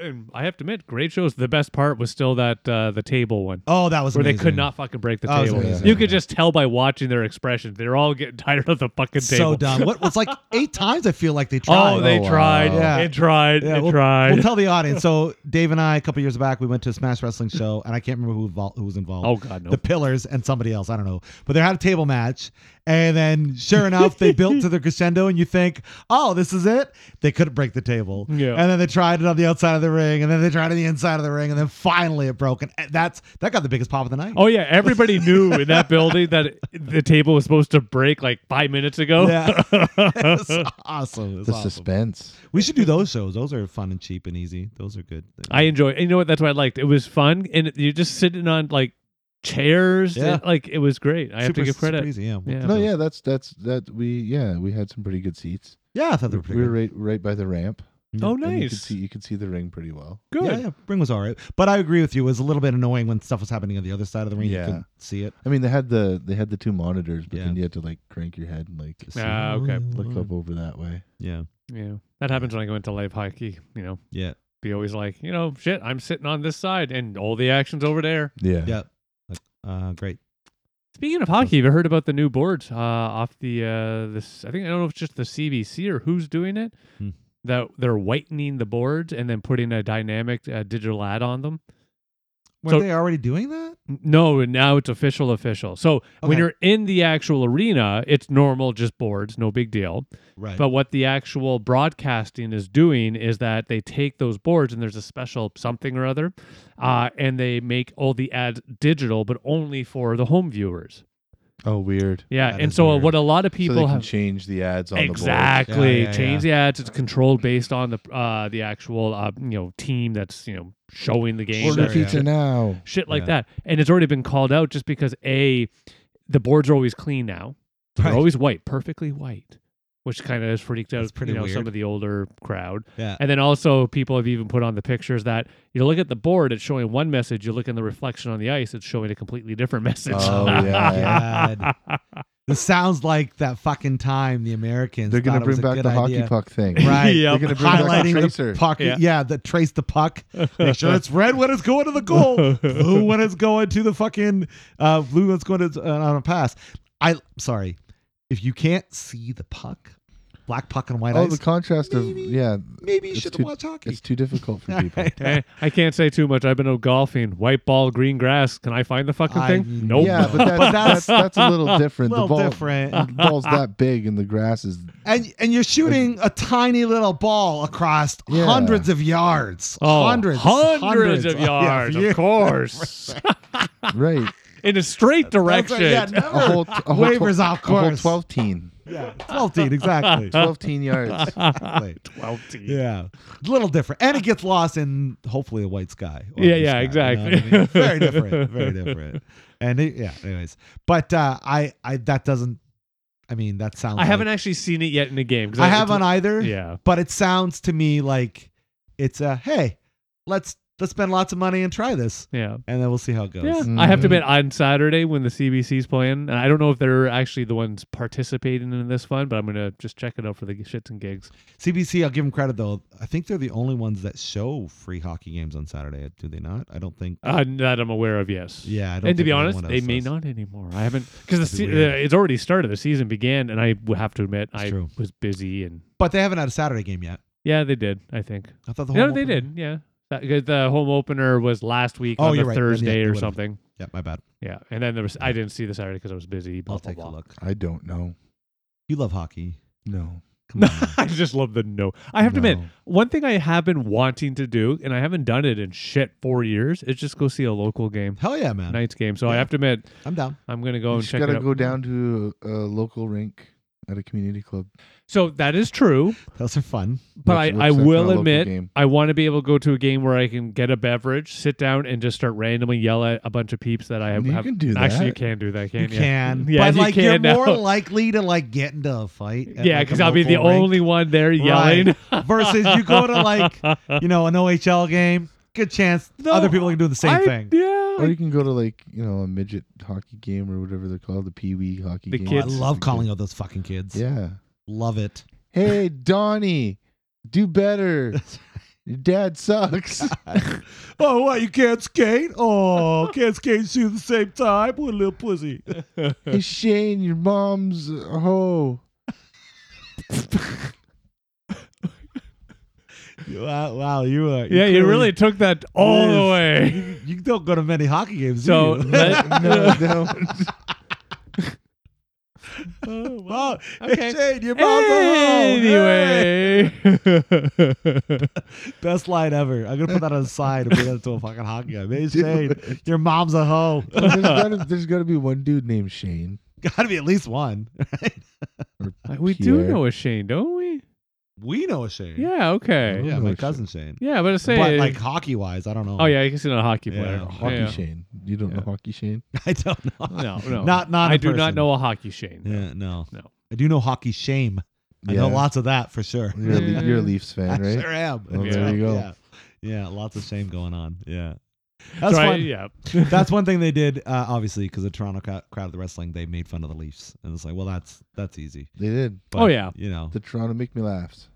B: And I have to admit, great shows. The best part was still that uh, the table one.
A: Oh, that was
B: Where they
A: amazing.
B: could not fucking break the
A: Oh, it was
B: table.
A: amazing.
B: You could just tell by watching their expressions. They're all getting *laughs* tired of the fucking table.
A: so dumb. What was
B: *laughs*
A: like eight times? I feel like they tried.
B: Oh, they
C: Oh, wow.
B: tried.
A: Yeah.
B: They tried.
A: Yeah,
B: they
A: we'll-
B: tried.
A: We'll tell the audience. So Dave and I, a couple years back, we went to a Smash Wrestling show, and I can't remember who, invol- who was involved.
B: oh God, no.
A: The Pillars and somebody else, I don't know. But they had a table match, and then sure enough, they built to their crescendo, and you think, oh, this is it. They couldn't break the table,
B: Yeah.
A: and then they tried it on the outside of the ring, and then they tried it on the inside of the ring, and then finally it broke, and that's that got the biggest pop of the night.
B: *laughs* Oh yeah, everybody knew in that building that the table was supposed to break like five minutes ago.
A: *laughs* Yeah, It's awesome. It's
C: the
A: awesome.
C: suspense.
A: We should do those shows. Those are fun and cheap and easy. Those are good.
B: I enjoy. And you know what? That's what I liked. It was fun, and you're just sitting on like chairs.
A: Yeah.
B: and, like it was great. I have
A: Super-
B: to give
A: super
B: credit.
A: easy, yeah. We'll
B: Yeah.
A: do
C: No,
A: those.
C: yeah, that's that's that we yeah, we had some pretty good seats.
A: Yeah, I thought they
C: We
A: were
C: were
A: pretty good.
C: right right by the ramp.
B: Oh,
C: and You could
B: nice.
C: see you could see the ring pretty well.
B: Good.
A: Yeah, yeah, ring was all right. But I agree with you. It was a little bit annoying when stuff was happening on the other side of the ring. You
C: Yeah.
A: couldn't see it.
C: I mean, they had the they had the two monitors, but
A: Yeah.
C: then you had to like crank your head and like
A: See.
B: Ah, okay.
C: look up over that way.
A: Yeah.
B: Yeah. That happens when I go into live hockey. You know,
A: Yeah.
B: be always like, you know, shit. I'm sitting on this side, and all the action's over there.
C: Yeah.
A: Yeah. Like, uh, great.
B: Speaking of hockey, have you heard about the new boards uh, off the uh, this? I think I don't know if it's just the CBC or who's doing it.
A: Hmm.
B: That they're whitening the boards and then putting a dynamic uh, digital ad on them.
A: Were
B: So-
A: they already doing that?
B: N- No, now it's official, official. So when
A: Okay.
B: you're in the actual arena, it's normal, just boards, no big deal.
A: Right.
B: But what the actual broadcasting is doing is that they take those boards and there's a special something or other, uh, and they make all the ads digital, but only for the home viewers.
C: Oh, weird.
B: Yeah,
A: That
B: and
A: is
B: so
A: weird.
B: what a lot of people
C: so they can
B: have
C: change the ads on
B: exactly
A: Yeah, yeah,
B: change the ads. It's controlled based on the uh, the actual uh, you know team that's you know showing the
C: the
B: game.
C: boards.
A: Order
B: Or
A: Sure, yeah. pizza
C: now.
B: shit like
A: Yeah.
B: that. And it's already been called out just because a the boards are always clean now. So
A: Right.
B: They're always white, perfectly white, which kind of has freaked out
A: That's pretty
B: you know some
A: weird.
B: of the older crowd.
A: yeah.
B: And then also people have even put on the pictures that you look at the board, it's showing one message. You look in the reflection on the ice, it's showing a completely different *laughs* message.
C: Oh, yeah.
B: *laughs*
A: God. this sounds like that fucking time the Americans.
C: They're gonna
A: thought it was
C: bring
A: a
C: back
A: good
C: the
A: idea.
C: hockey puck *laughs* thing.
A: Right.
B: Yep. *laughs*
C: They're gonna bring back the
A: Highlighting
C: tracer.
A: Puck.
B: Yeah.
A: Yeah. the trace the puck. Make sure it's red when it's going to the
B: *laughs*
A: goal, blue when it's going to the fucking uh, blue when it's going to uh, on a pass. I sorry, if you can't see the puck, black puck and white
C: oh,
A: ice.
C: the contrast of
A: Maybe.
C: yeah,
A: maybe you
C: it's
A: should
C: too-
A: watch hockey.
C: it's too
B: *laughs*
C: difficult for people.
B: Eh, I can't say too much. I've been out golfing. White ball, green grass. Can I find the fucking
A: I-
B: thing? Nope.
C: Yeah, but, that,
A: But
C: that's
A: that's-
C: that's a little different.
A: little
C: the ball,
A: different.
C: the *laughs*
B: *laughs*
C: ball's that big, and the grass is
A: And and you're shooting a tiny little ball across
C: Yeah.
A: hundreds of yards.
B: *laughs* Oh,
A: hundreds, *laughs*
B: hundreds, of
A: Yeah,
B: yards,
A: yeah.
B: of course,
C: right.
B: *laughs* in a straight
A: That's right,
B: direction.
A: Yeah,
C: A
A: never
C: whole, a whole
A: waivers
C: tw-
A: off
C: a whole
A: course.
B: *laughs*
C: 12 teen.
A: Yeah, 12 team, exactly.
C: 12 teen yards.
A: Exactly.
B: Twelve teams.
A: Yeah, a little different, and it gets lost in hopefully a white sky. or
B: Yeah,
A: blue
B: yeah,
A: sky, you know what I
B: exactly. *laughs*
A: mean? Very different, very different. And it, yeah, anyways, but uh, I, I that doesn't. I mean, that sounds.
B: I haven't
A: Like,
B: actually seen it yet in the game. 'cause
A: I
B: it's-
A: haven't either.
B: Yeah,
A: but it sounds to me like it's a hey, let's let's spend lots of money and try this,
B: yeah,
A: and then we'll see how it goes.
B: yeah. I have to
C: Mhm.
B: bet on Saturday when the CBC's playing, and I don't know if they're actually the ones participating in this fun, but I'm gonna just check it out for the shits and gigs.
A: CBC, I'll give them credit though. I think they're the only ones that show free hockey games on Saturday. Do they not? I don't think.
B: Uh, that I'm aware of, yes.
A: yeah, I don't
B: And
A: think
B: to be
A: anyone
B: honest,
A: else
B: they may
A: does.
B: not anymore. I
A: *laughs*
B: haven't because the
A: That'd be
B: se-
A: weird.
B: uh, it's already started. The season began, and I w- have to admit
A: It's
B: I
A: true.
B: was busy and
A: But they haven't had a Saturday game yet.
B: yeah, they did. I think
A: I thought the whole
B: no, they did. Yeah, That- 'cause the home opener was last week
A: Oh,
B: on a
A: you're right. Then, yeah,
B: Thursday
A: it
B: or
A: would've.
B: something.
A: Yeah, my bad.
B: Yeah, and then there was I didn't see the Saturday because I was busy. Blah,
A: I'll
B: blah,
A: take
B: blah.
A: a look.
C: I don't know.
A: You love
B: *laughs*
A: hockey.
C: No.
A: Come on. now. Oh.
B: I just love the no. I have to admit,
C: No.
B: one thing I have been wanting to do, and I haven't done it in shit four years, is just go see a local game,
A: Hell yeah, man.
B: Knights game. So I
A: Yeah.
B: have to admit,
A: I'm down.
B: I'm gonna go
C: you
B: and
C: just
B: check
C: gotta
B: it out.
C: go down to a, a local rink at a community club.
B: So that is true,
A: Those are fun.
B: but
C: What's-
B: I, I
C: what's that kinda
B: will
C: local
B: admit
C: game?
B: I want to be able to go to a game where I can get a beverage, sit down, and just start randomly yell at a bunch of peeps that I have.
C: You
B: have-
C: can do that.
B: Actually, you can do that, can't
A: you
B: ya?
A: can.
B: Yeah,
A: but
B: you
A: like
B: can
A: you're
B: now.
A: more likely to like get into a fight. at,
B: Yeah,
A: like, a
B: because I'll be the
A: local rink
B: only one there yelling.
A: versus you go to like you know an OHL game. Good chance
B: No,
A: other people can do the same
B: I-
A: thing.
B: Yeah.
C: Or you can go to like, you know, a midget hockey game or whatever they're called, the pee wee hockey
B: The
C: game.
A: I
B: kids.
A: love calling out those fucking kids.
C: Yeah.
A: Love it.
C: Hey, Donnie,
B: *laughs*
C: do better. Your dad sucks.
A: oh, what? You can't skate? Oh, *laughs* can't skate and shoot at the same time? What a little pussy.
C: hey, Shane, your mom's a hoe.
A: Wow, wow you are.
B: yeah, you really took that all the
A: Yes.
C: *laughs*
B: way.
A: *laughs* You, you don't go to many hockey games,
B: So
A: *laughs* do you?
B: let-
C: No,
A: *laughs*
C: no.
A: oh, Wow. Hey,
B: okay.
A: Shane, your mom's a hoe. Hey.
B: Anyway,
A: Best line ever. I'm going to put that on the side and put that into a fucking hockey game. Hey, Shane, your mom's a hoe.
C: there's, gotta, there's gotta be one dude named Shane.
A: Got to be at least one.
C: Or
A: Uh,
B: we do
C: Pierre.
B: know a Shane, don't we?
A: We know a Shane.
B: Yeah. Okay.
A: Yeah,
C: know
A: my
C: a
A: cousin Shane.
B: Yeah, but I say,
A: But like hockey wise, I don't know.
B: oh yeah, I guess you're not a hockey
A: Yeah,
B: player.
A: hockey
C: Hockey
B: Yeah.
C: Shane. You don't know
B: Yeah.
C: Hockey Shane?
A: *laughs* I don't know.
B: No,
A: *laughs*
B: no,
A: Not, not.
B: I
A: in
B: do not
A: person.
B: know a hockey Shane.
A: Yeah, no.
B: No.
A: I do know hockey shame. I know lots of that for sure.
C: You're, a, Le-
B: Yeah.
C: you're a Leafs
A: *laughs*
C: fan,
A: I
C: right?
A: sure am.
C: Well,
A: Yeah.
C: there you go.
A: Yeah. Yeah, lots of shame going on.
B: *laughs*
A: Yeah. That's
B: So I-
A: fun.
B: yeah.
A: *laughs*
B: *laughs*
A: That's one thing they did, uh, obviously, because the Toronto crowd, crowd of the wrestling, they made fun of the Leafs, and it's like, well, that's that's easy.
C: They did.
A: But,
B: Oh, yeah.
A: you know,
C: The Toronto Make Me Laughs.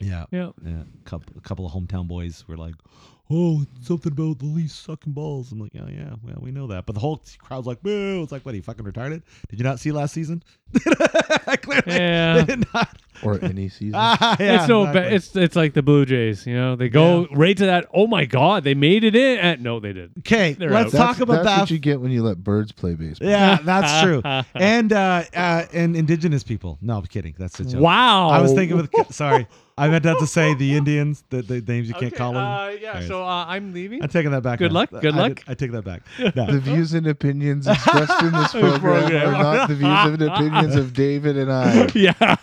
A: Yeah. *laughs*
B: Yeah.
A: Yeah, a couple, a couple of hometown boys were like, "Oh, something about the Leafs sucking balls." I'm like, "Oh yeah, well we know that." But the whole crowd's like, "Boo!" It's like, "What? Are you fucking retarded? Did you not see last season?" *laughs* Clearly,
B: Yeah.
A: they did not. *laughs*
C: or any season.
A: Ah, yeah,
B: it's no ba-
A: exactly.
B: it's it's like the Blue Jays, you know. They go right to that, "Oh my god, they made it in." Eh, no, they didn't.
A: okay.
B: They're
A: Let's
B: out.
A: talk about
C: that's
A: that.
C: what you get when you let birds play baseball.
A: yeah,
B: *laughs*
A: that's true. And uh, uh, and indigenous people. No, I'm kidding. That's a joke.
B: wow.
A: I was thinking with
B: *laughs*
A: sorry, I meant not to say the Indians. The, the names you can't
B: Okay,
A: call them.
B: Uh, yeah,
A: Anyways.
B: so uh, I'm leaving. *laughs*
A: I'm taking that back.
B: Good
A: now.
B: luck, good
A: I
B: luck.
A: did- I take that
B: *laughs*
A: back. No.
C: The views and opinions expressed
A: *laughs*
C: in this program,
B: Program.
C: are not the views and opinions of David
A: *laughs*
C: and I.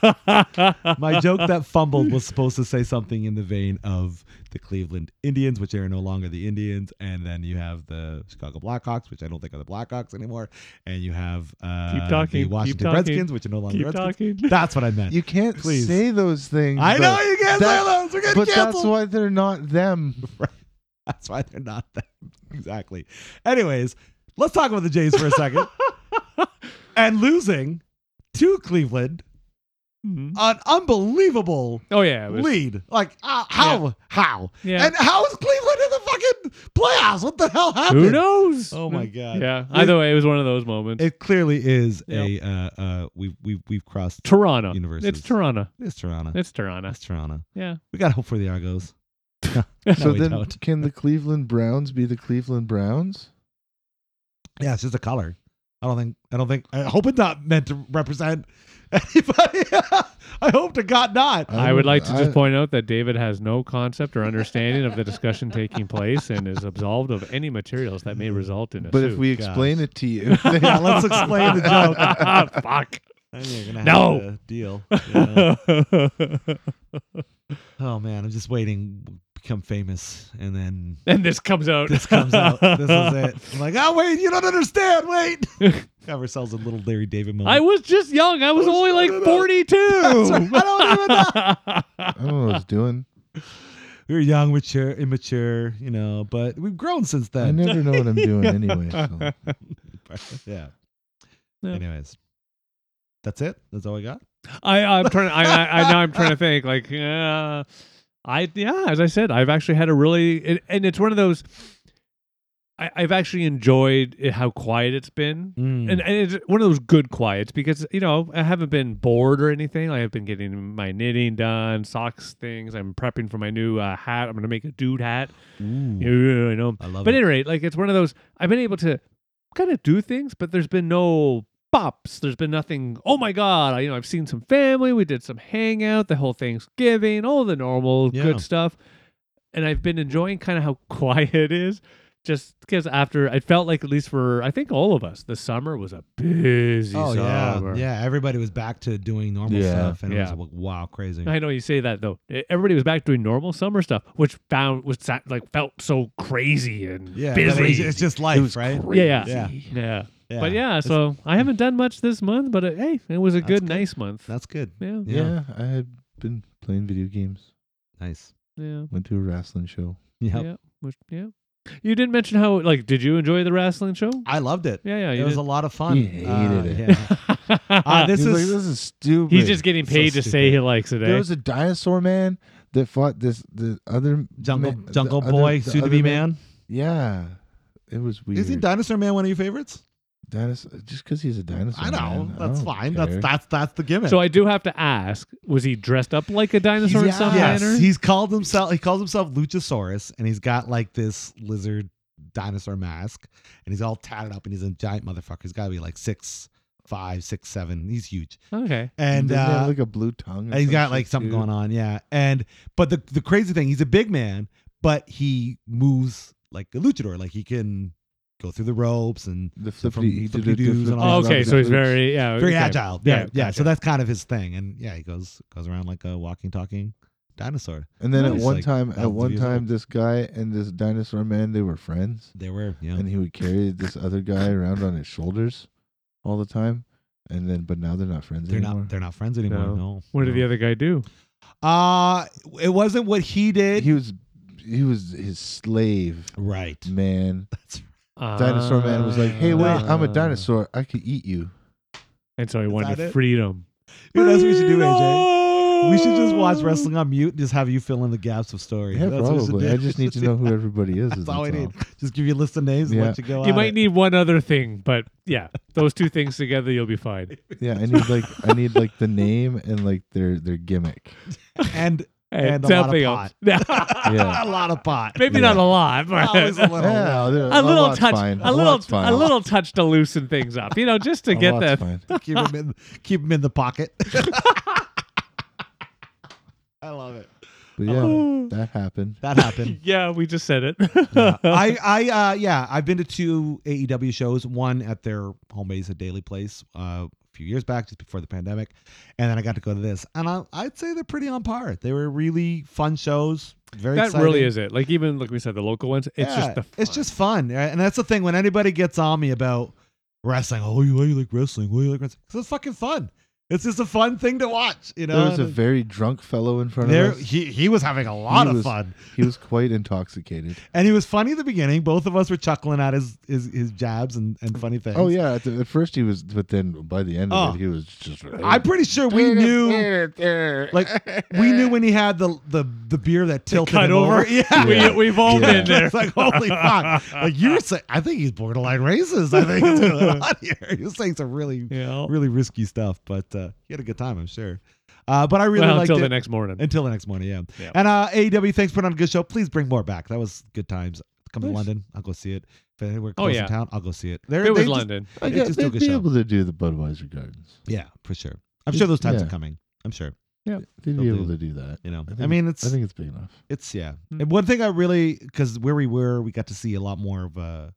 B: *laughs* yeah.
A: My joke that fumbled was supposed to say something in the vein of the Cleveland Indians, which are no longer the Indians, and then you have the Chicago Blackhawks, which I don't think are the Blackhawks anymore, and you have uh,
B: talking,
A: the
B: keep
A: Washington
B: talking,
A: Redskins, which are no longer
B: Keep
A: Redskins.
B: talking.
A: That's what I meant.
C: *laughs* You can't
A: Please.
C: say those things.
A: I
C: though.
A: know you can't
C: That-
A: say those. We're getting
C: But that's
A: canceled.
C: why they're not them.
A: That's why they're not that *laughs* exactly. Anyways, let's talk about the Jays for a
B: *laughs*
A: second. and losing to Cleveland,
B: Mhm.
A: an unbelievable
B: Oh yeah, it was-
A: lead. Like uh, how? How?
B: yeah.
A: And how is Cleveland in the fucking playoffs? What the hell happened?
B: Who knows?
A: Oh my god!
B: Yeah. Either way, it was one of those moments.
A: It clearly is a uh, uh, we've we've we've crossed.
B: Toronto.
A: Universes.
B: It's Toronto.
A: It's Toronto.
B: It's Toronto.
A: It's Toronto.
B: Yeah.
A: We got hope for the
B: *laughs*
A: Argos. *laughs*
C: so
A: we
C: then,
A: don't.
C: can the Cleveland Browns be the Cleveland Browns?
A: Yeah, it's just a color. I don't think. I don't think. I hope it's not meant to represent anybody. *laughs* I hope to God not.
C: I
B: I would like to
C: I-
B: just point out that David has no concept or understanding of the discussion taking place and is absolved of any materials that may result in a
C: But
B: suit.
C: if we
A: gosh.
C: explain it to you, *laughs*
A: *laughs*
C: then-
A: Yeah, let's explain the *laughs*
B: joke. Fuck.
A: And you're gonna have
B: No.
A: to
B: *laughs*
A: deal. *laughs* oh man, I'm just waiting. to Become famous, and then
B: and this comes
A: *laughs*
B: out.
A: this comes out. This is
B: *laughs*
A: it. I'm like, oh wait, you don't understand. Wait, *laughs* have ourselves a little Larry David moment.
B: I was just young. I was
A: I was-
B: only like
A: I don't know.
B: 42.
A: *laughs* That's right. I don't even
B: *laughs*
A: know.
C: I don't know what I was doing.
A: We were young, mature, immature, you know, but we've grown since
C: I
A: then.
C: never know what I'm doing anyway. So.
A: *laughs* yeah.
B: Yeah.
A: Anyways, that's it. That's all I got.
B: I I'm trying. I, I, I now I'm trying to think. Like, uh, I yeah. As I said, I've actually had a really, it, and it's one of those. I, I've actually enjoyed it, how quiet it's been.
C: Hmm.
A: Mm.
B: And, and it's one of those good quiets because you know I haven't been bored or anything. I have been getting my knitting done, socks things. I'm prepping for my new uh, hat. I'm gonna make a dude hat. Yeah, I know.
A: I love
B: But at
A: it.
B: any rate, like it's one of those I've been able to kind of do things, but there's been no pops. There's been nothing. Oh my god! I, you know, I've seen some family. We did some hangout. The whole Thanksgiving, all the normal
A: Yeah.
B: good stuff. And I've been enjoying kind of how *laughs* quiet it is, just because after I felt like at least for I think all of us, the summer was a busy
A: Oh yeah,
B: summer.
A: yeah. Everybody was back to doing normal
C: Yeah.
A: stuff, and it was
B: Yeah.
A: like, wow, crazy.
B: I know you say that though. E- Everybody was back doing normal summer stuff, which found was sa- like felt so crazy and
A: yeah, but
B: busy.
A: it's, it's just life, right? Yeah.
B: Yeah, yeah, yeah. But yeah, so I haven't done much this month, but uh, hey, it was a
A: That's
B: good,
A: good.
B: nice month.
A: that's good.
B: yeah,
A: Yeah.
C: Yeah. I had been playing video games.
A: Nice.
B: yeah,
C: Went to a wrestling show.
A: Yeah,
B: yeah. Which, yeah. You didn't mention how like did you enjoy the wrestling show?
A: I loved it.
B: Yeah, yeah.
A: It
B: You
A: was a
B: did.
A: lot of fun. Uh,
C: He hated it.
A: yeah.
B: *laughs*
A: Ah, this is
C: Uh, He's like, this is stupid.
B: He's just getting
A: so
B: paid to say
A: stupid.
B: he likes it.
C: There
B: Eh?
C: was a dinosaur man that fought this the other
A: Jungle
C: man- the
A: Jungle
C: other-
A: Boy,
C: the
A: soon to
C: other
A: be man.
C: Yeah, it was weird.
A: Isn't Dinosaur Man one of your favorites?
C: dinosaur? Just because he's a dinosaur.
A: I know.
C: man, oh, I
A: that's
C: don't
A: fine.
C: care.
A: That's that's that's the gimmick.
B: so I do have to ask: Was he dressed up like a dinosaur in some
A: yes,
B: manner?
A: he's called himself. He calls himself Luchasaurus, and he's got like this lizard dinosaur mask, and he's all tatted up, and he's a giant motherfucker. He's got to be like six, five, six, seven. He's huge,
B: okay.
A: and
C: Doesn't he have,
A: uh,
C: like a blue tongue.
A: and he's got like something going on. Yeah, and but the the crazy thing, he's a big man, but he moves like a luchador. Like he can go through the ropes and
C: The
A: from
C: flippity, he did
A: flippity-doos
C: a
A: and
C: flippity
A: all
B: Oh,
A: that
B: okay.
A: was
B: So he's
C: flips.
B: very yeah
A: very
B: okay.
A: agile. Yeah, yeah. So
B: gotcha.
A: that's kind of his thing, and yeah, he goes goes around like a walking, talking dinosaur.
C: And then at
A: Nice.
C: one
A: Like,
C: time,
A: thousands
C: at
A: of
C: one
A: years
C: time,
A: old.
C: this guy and this dinosaur man, they were friends,
A: They were, yeah.
C: and he would carry this other guy around on his shoulders all the time. And then, but now they're not friends
A: They're
C: anymore.
A: not they're not friends anymore. No.
B: No. What did the other guy do?
A: Uh it wasn't what he did.
C: he was, he was his slave
A: right.
C: Mm. man.
A: *laughs* That's
C: Dinosaur man was like, "Hey, wait, I'm a
B: Ah.
C: dinosaur. I could eat you."
B: And so he
A: Is
B: wanted
A: that it?
B: freedom.
A: Dude, that's what we should do, AJ. We should just watch wrestling on mute and just have you fill in the gaps of story.
C: Yeah,
A: That's what we should
C: probably.
A: do.
C: I just
A: *laughs*
C: need to know who everybody is.
A: That's
C: is
A: all I need. Just give you a list of names and
C: Yeah.
A: let you go.
B: You
A: at
B: might
A: it.
B: need one other thing, but yeah, those two things together, you'll be fine.
C: Yeah, I need like I need like the name and like their their gimmick.
A: *laughs* and And a lot of
B: something
A: pot.
B: else.
A: *laughs* a lot of pot.
B: *laughs* Maybe not a
A: *laughs*
B: lot, but
A: Always a little.
C: Yeah,
B: *laughs* Oh, a little
C: lot's
B: touch,
C: Oh, fine.
B: a little,
C: lot's fine.
B: a little touch to loosen things up, you know, just to
C: A
B: get
C: lot's
B: that.
C: fine.
A: keep him in keep him in the pocket. I love it.
C: But
A: I
C: yeah,
B: love *laughs*
C: that happened.
A: That happened.
B: Yeah, we just said it. *laughs*
A: I I uh yeah, I've been to two AEW shows, one at their home base at Daily Place uh, a few years back just before the pandemic, and then I got to go to this. And I I'd say they're pretty on par. They were really fun shows. Very
B: that
A: exciting.
B: really is it. Like even like we said, the local ones. It's
A: Yeah,
B: just the.
A: it's
B: fun.
A: just fun, right? and that's the thing. When anybody gets on me about wrestling, oh, you, why you like wrestling? Why you like wrestling? 'Cause it's fucking fun. It's just a fun thing to watch, you know.
C: There was a
A: And
C: very drunk fellow in front
A: there,
C: of us.
A: he he was having a lot
C: He
A: of
C: was-
A: fun,
C: He was quite
B: *laughs*
C: intoxicated.
A: and he was funny at the beginning. Both of us were chuckling at his his, his jabs and, and funny things.
C: Oh yeah, at, the, at first he was, but then by the end
A: Oh.
C: of it, he was just.
A: I'm pretty sure we knew
C: like
A: like, we knew when he had the the, the beer that tilted
B: cut
A: him
B: over?
A: *laughs* Yeah,
B: *laughs* We, We've all
C: Yeah.
B: been *laughs* there.
A: It's like holy
B: *laughs*
A: fuck! Like you were saying, I think he's borderline racist. I think it's going on here. He was saying some really
B: Yeah.
A: really risky stuff, but uh, he had a good time, I'm sure. Uh, but I really
B: well,
A: liked
B: until
A: it
B: the next morning.
A: until the next morning, yeah.
B: Yeah.
A: And uh, AEW, thanks for putting on a good show. Please bring more back. That was good times. Come to
C: Nice.
A: London, I'll go see it. If anywhere
B: Oh,
A: close
B: yeah.
A: in town, I'll go see it. There
B: it was London.
C: *laughs* I
A: It's
C: guess
A: just a
C: they'd
A: good
C: be
A: show.
C: able to do the Budweiser Gardens.
A: yeah, for sure. I'm
C: It-
A: sure those times
C: yeah.
A: are coming. I'm sure.
C: They'd
A: They'll
C: be
A: do
C: able
A: it.
C: to do that.
A: You know.
C: I think
A: I, mean, it's
C: I think it's big enough.
A: it's yeah.
B: Hmm.
A: And one thing I really because where we were, we got to see a lot more of uh,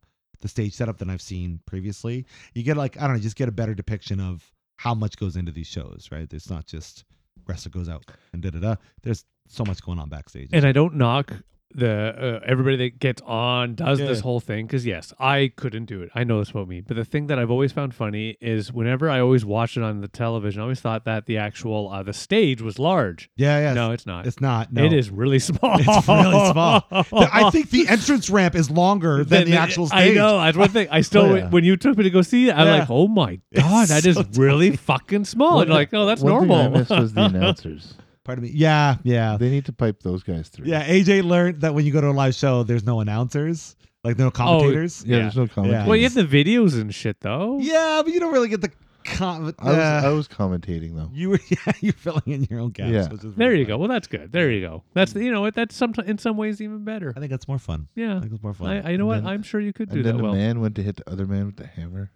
A: the stage setup than I've seen previously. You get like I don't know, just get a better depiction of how much goes into these shows, right? It's not just wrestler goes out and da da da. There's so much going on backstage.
B: and I don't knock the uh, everybody that gets on does this
A: Yeah.
B: whole thing because yes, I couldn't do it. I know this about me. But the thing that I've always found funny is whenever I always watched it on the television, I always thought that the actual uh, the stage was large.
A: yeah, yeah.
B: No, it's not.
A: it's not. No.
B: It is really small.
A: It's really
B: *laughs*
A: small. I think the entrance ramp is longer than
B: Uh-huh. Then
A: the actual stage. Oh,
B: I know. That's one thing. I
A: *laughs*
B: still,
C: Yeah.
B: when you took me to go see it, I'm
A: Yeah.
B: like, oh
A: *laughs*
B: my god, that is
A: so
B: really fucking small. And you're like, oh, that's
C: One thing I
B: normal. *laughs*
C: missed was the announcers.
A: Pardon me. Yeah, yeah,
C: They need to pipe those guys through.
A: yeah. AJ learned that when you go to a live show, there's no announcers, like
B: Oh,
A: no commentators.
C: Yeah,
B: Yeah.
C: there's no commentators.
B: well, you have the videos and shit though.
A: Yeah, but you don't really get the com.
C: I was,
A: uh,
C: I was commentating though.
A: You were *laughs* yeah, you're filling in your own gaps.
C: Yeah.
A: which is
B: There
A: really
B: you
A: fun.
B: go. Well, that's good. There you go. That's the, you know what. That's some in some ways even better.
A: Mm. I think that's more fun. I
B: Yeah.
A: think it's more fun.
B: I, I you know what.
C: Then-
B: I'm sure you could do
C: And then
B: that
C: the
B: well.
C: man went to hit the other man with the hammer,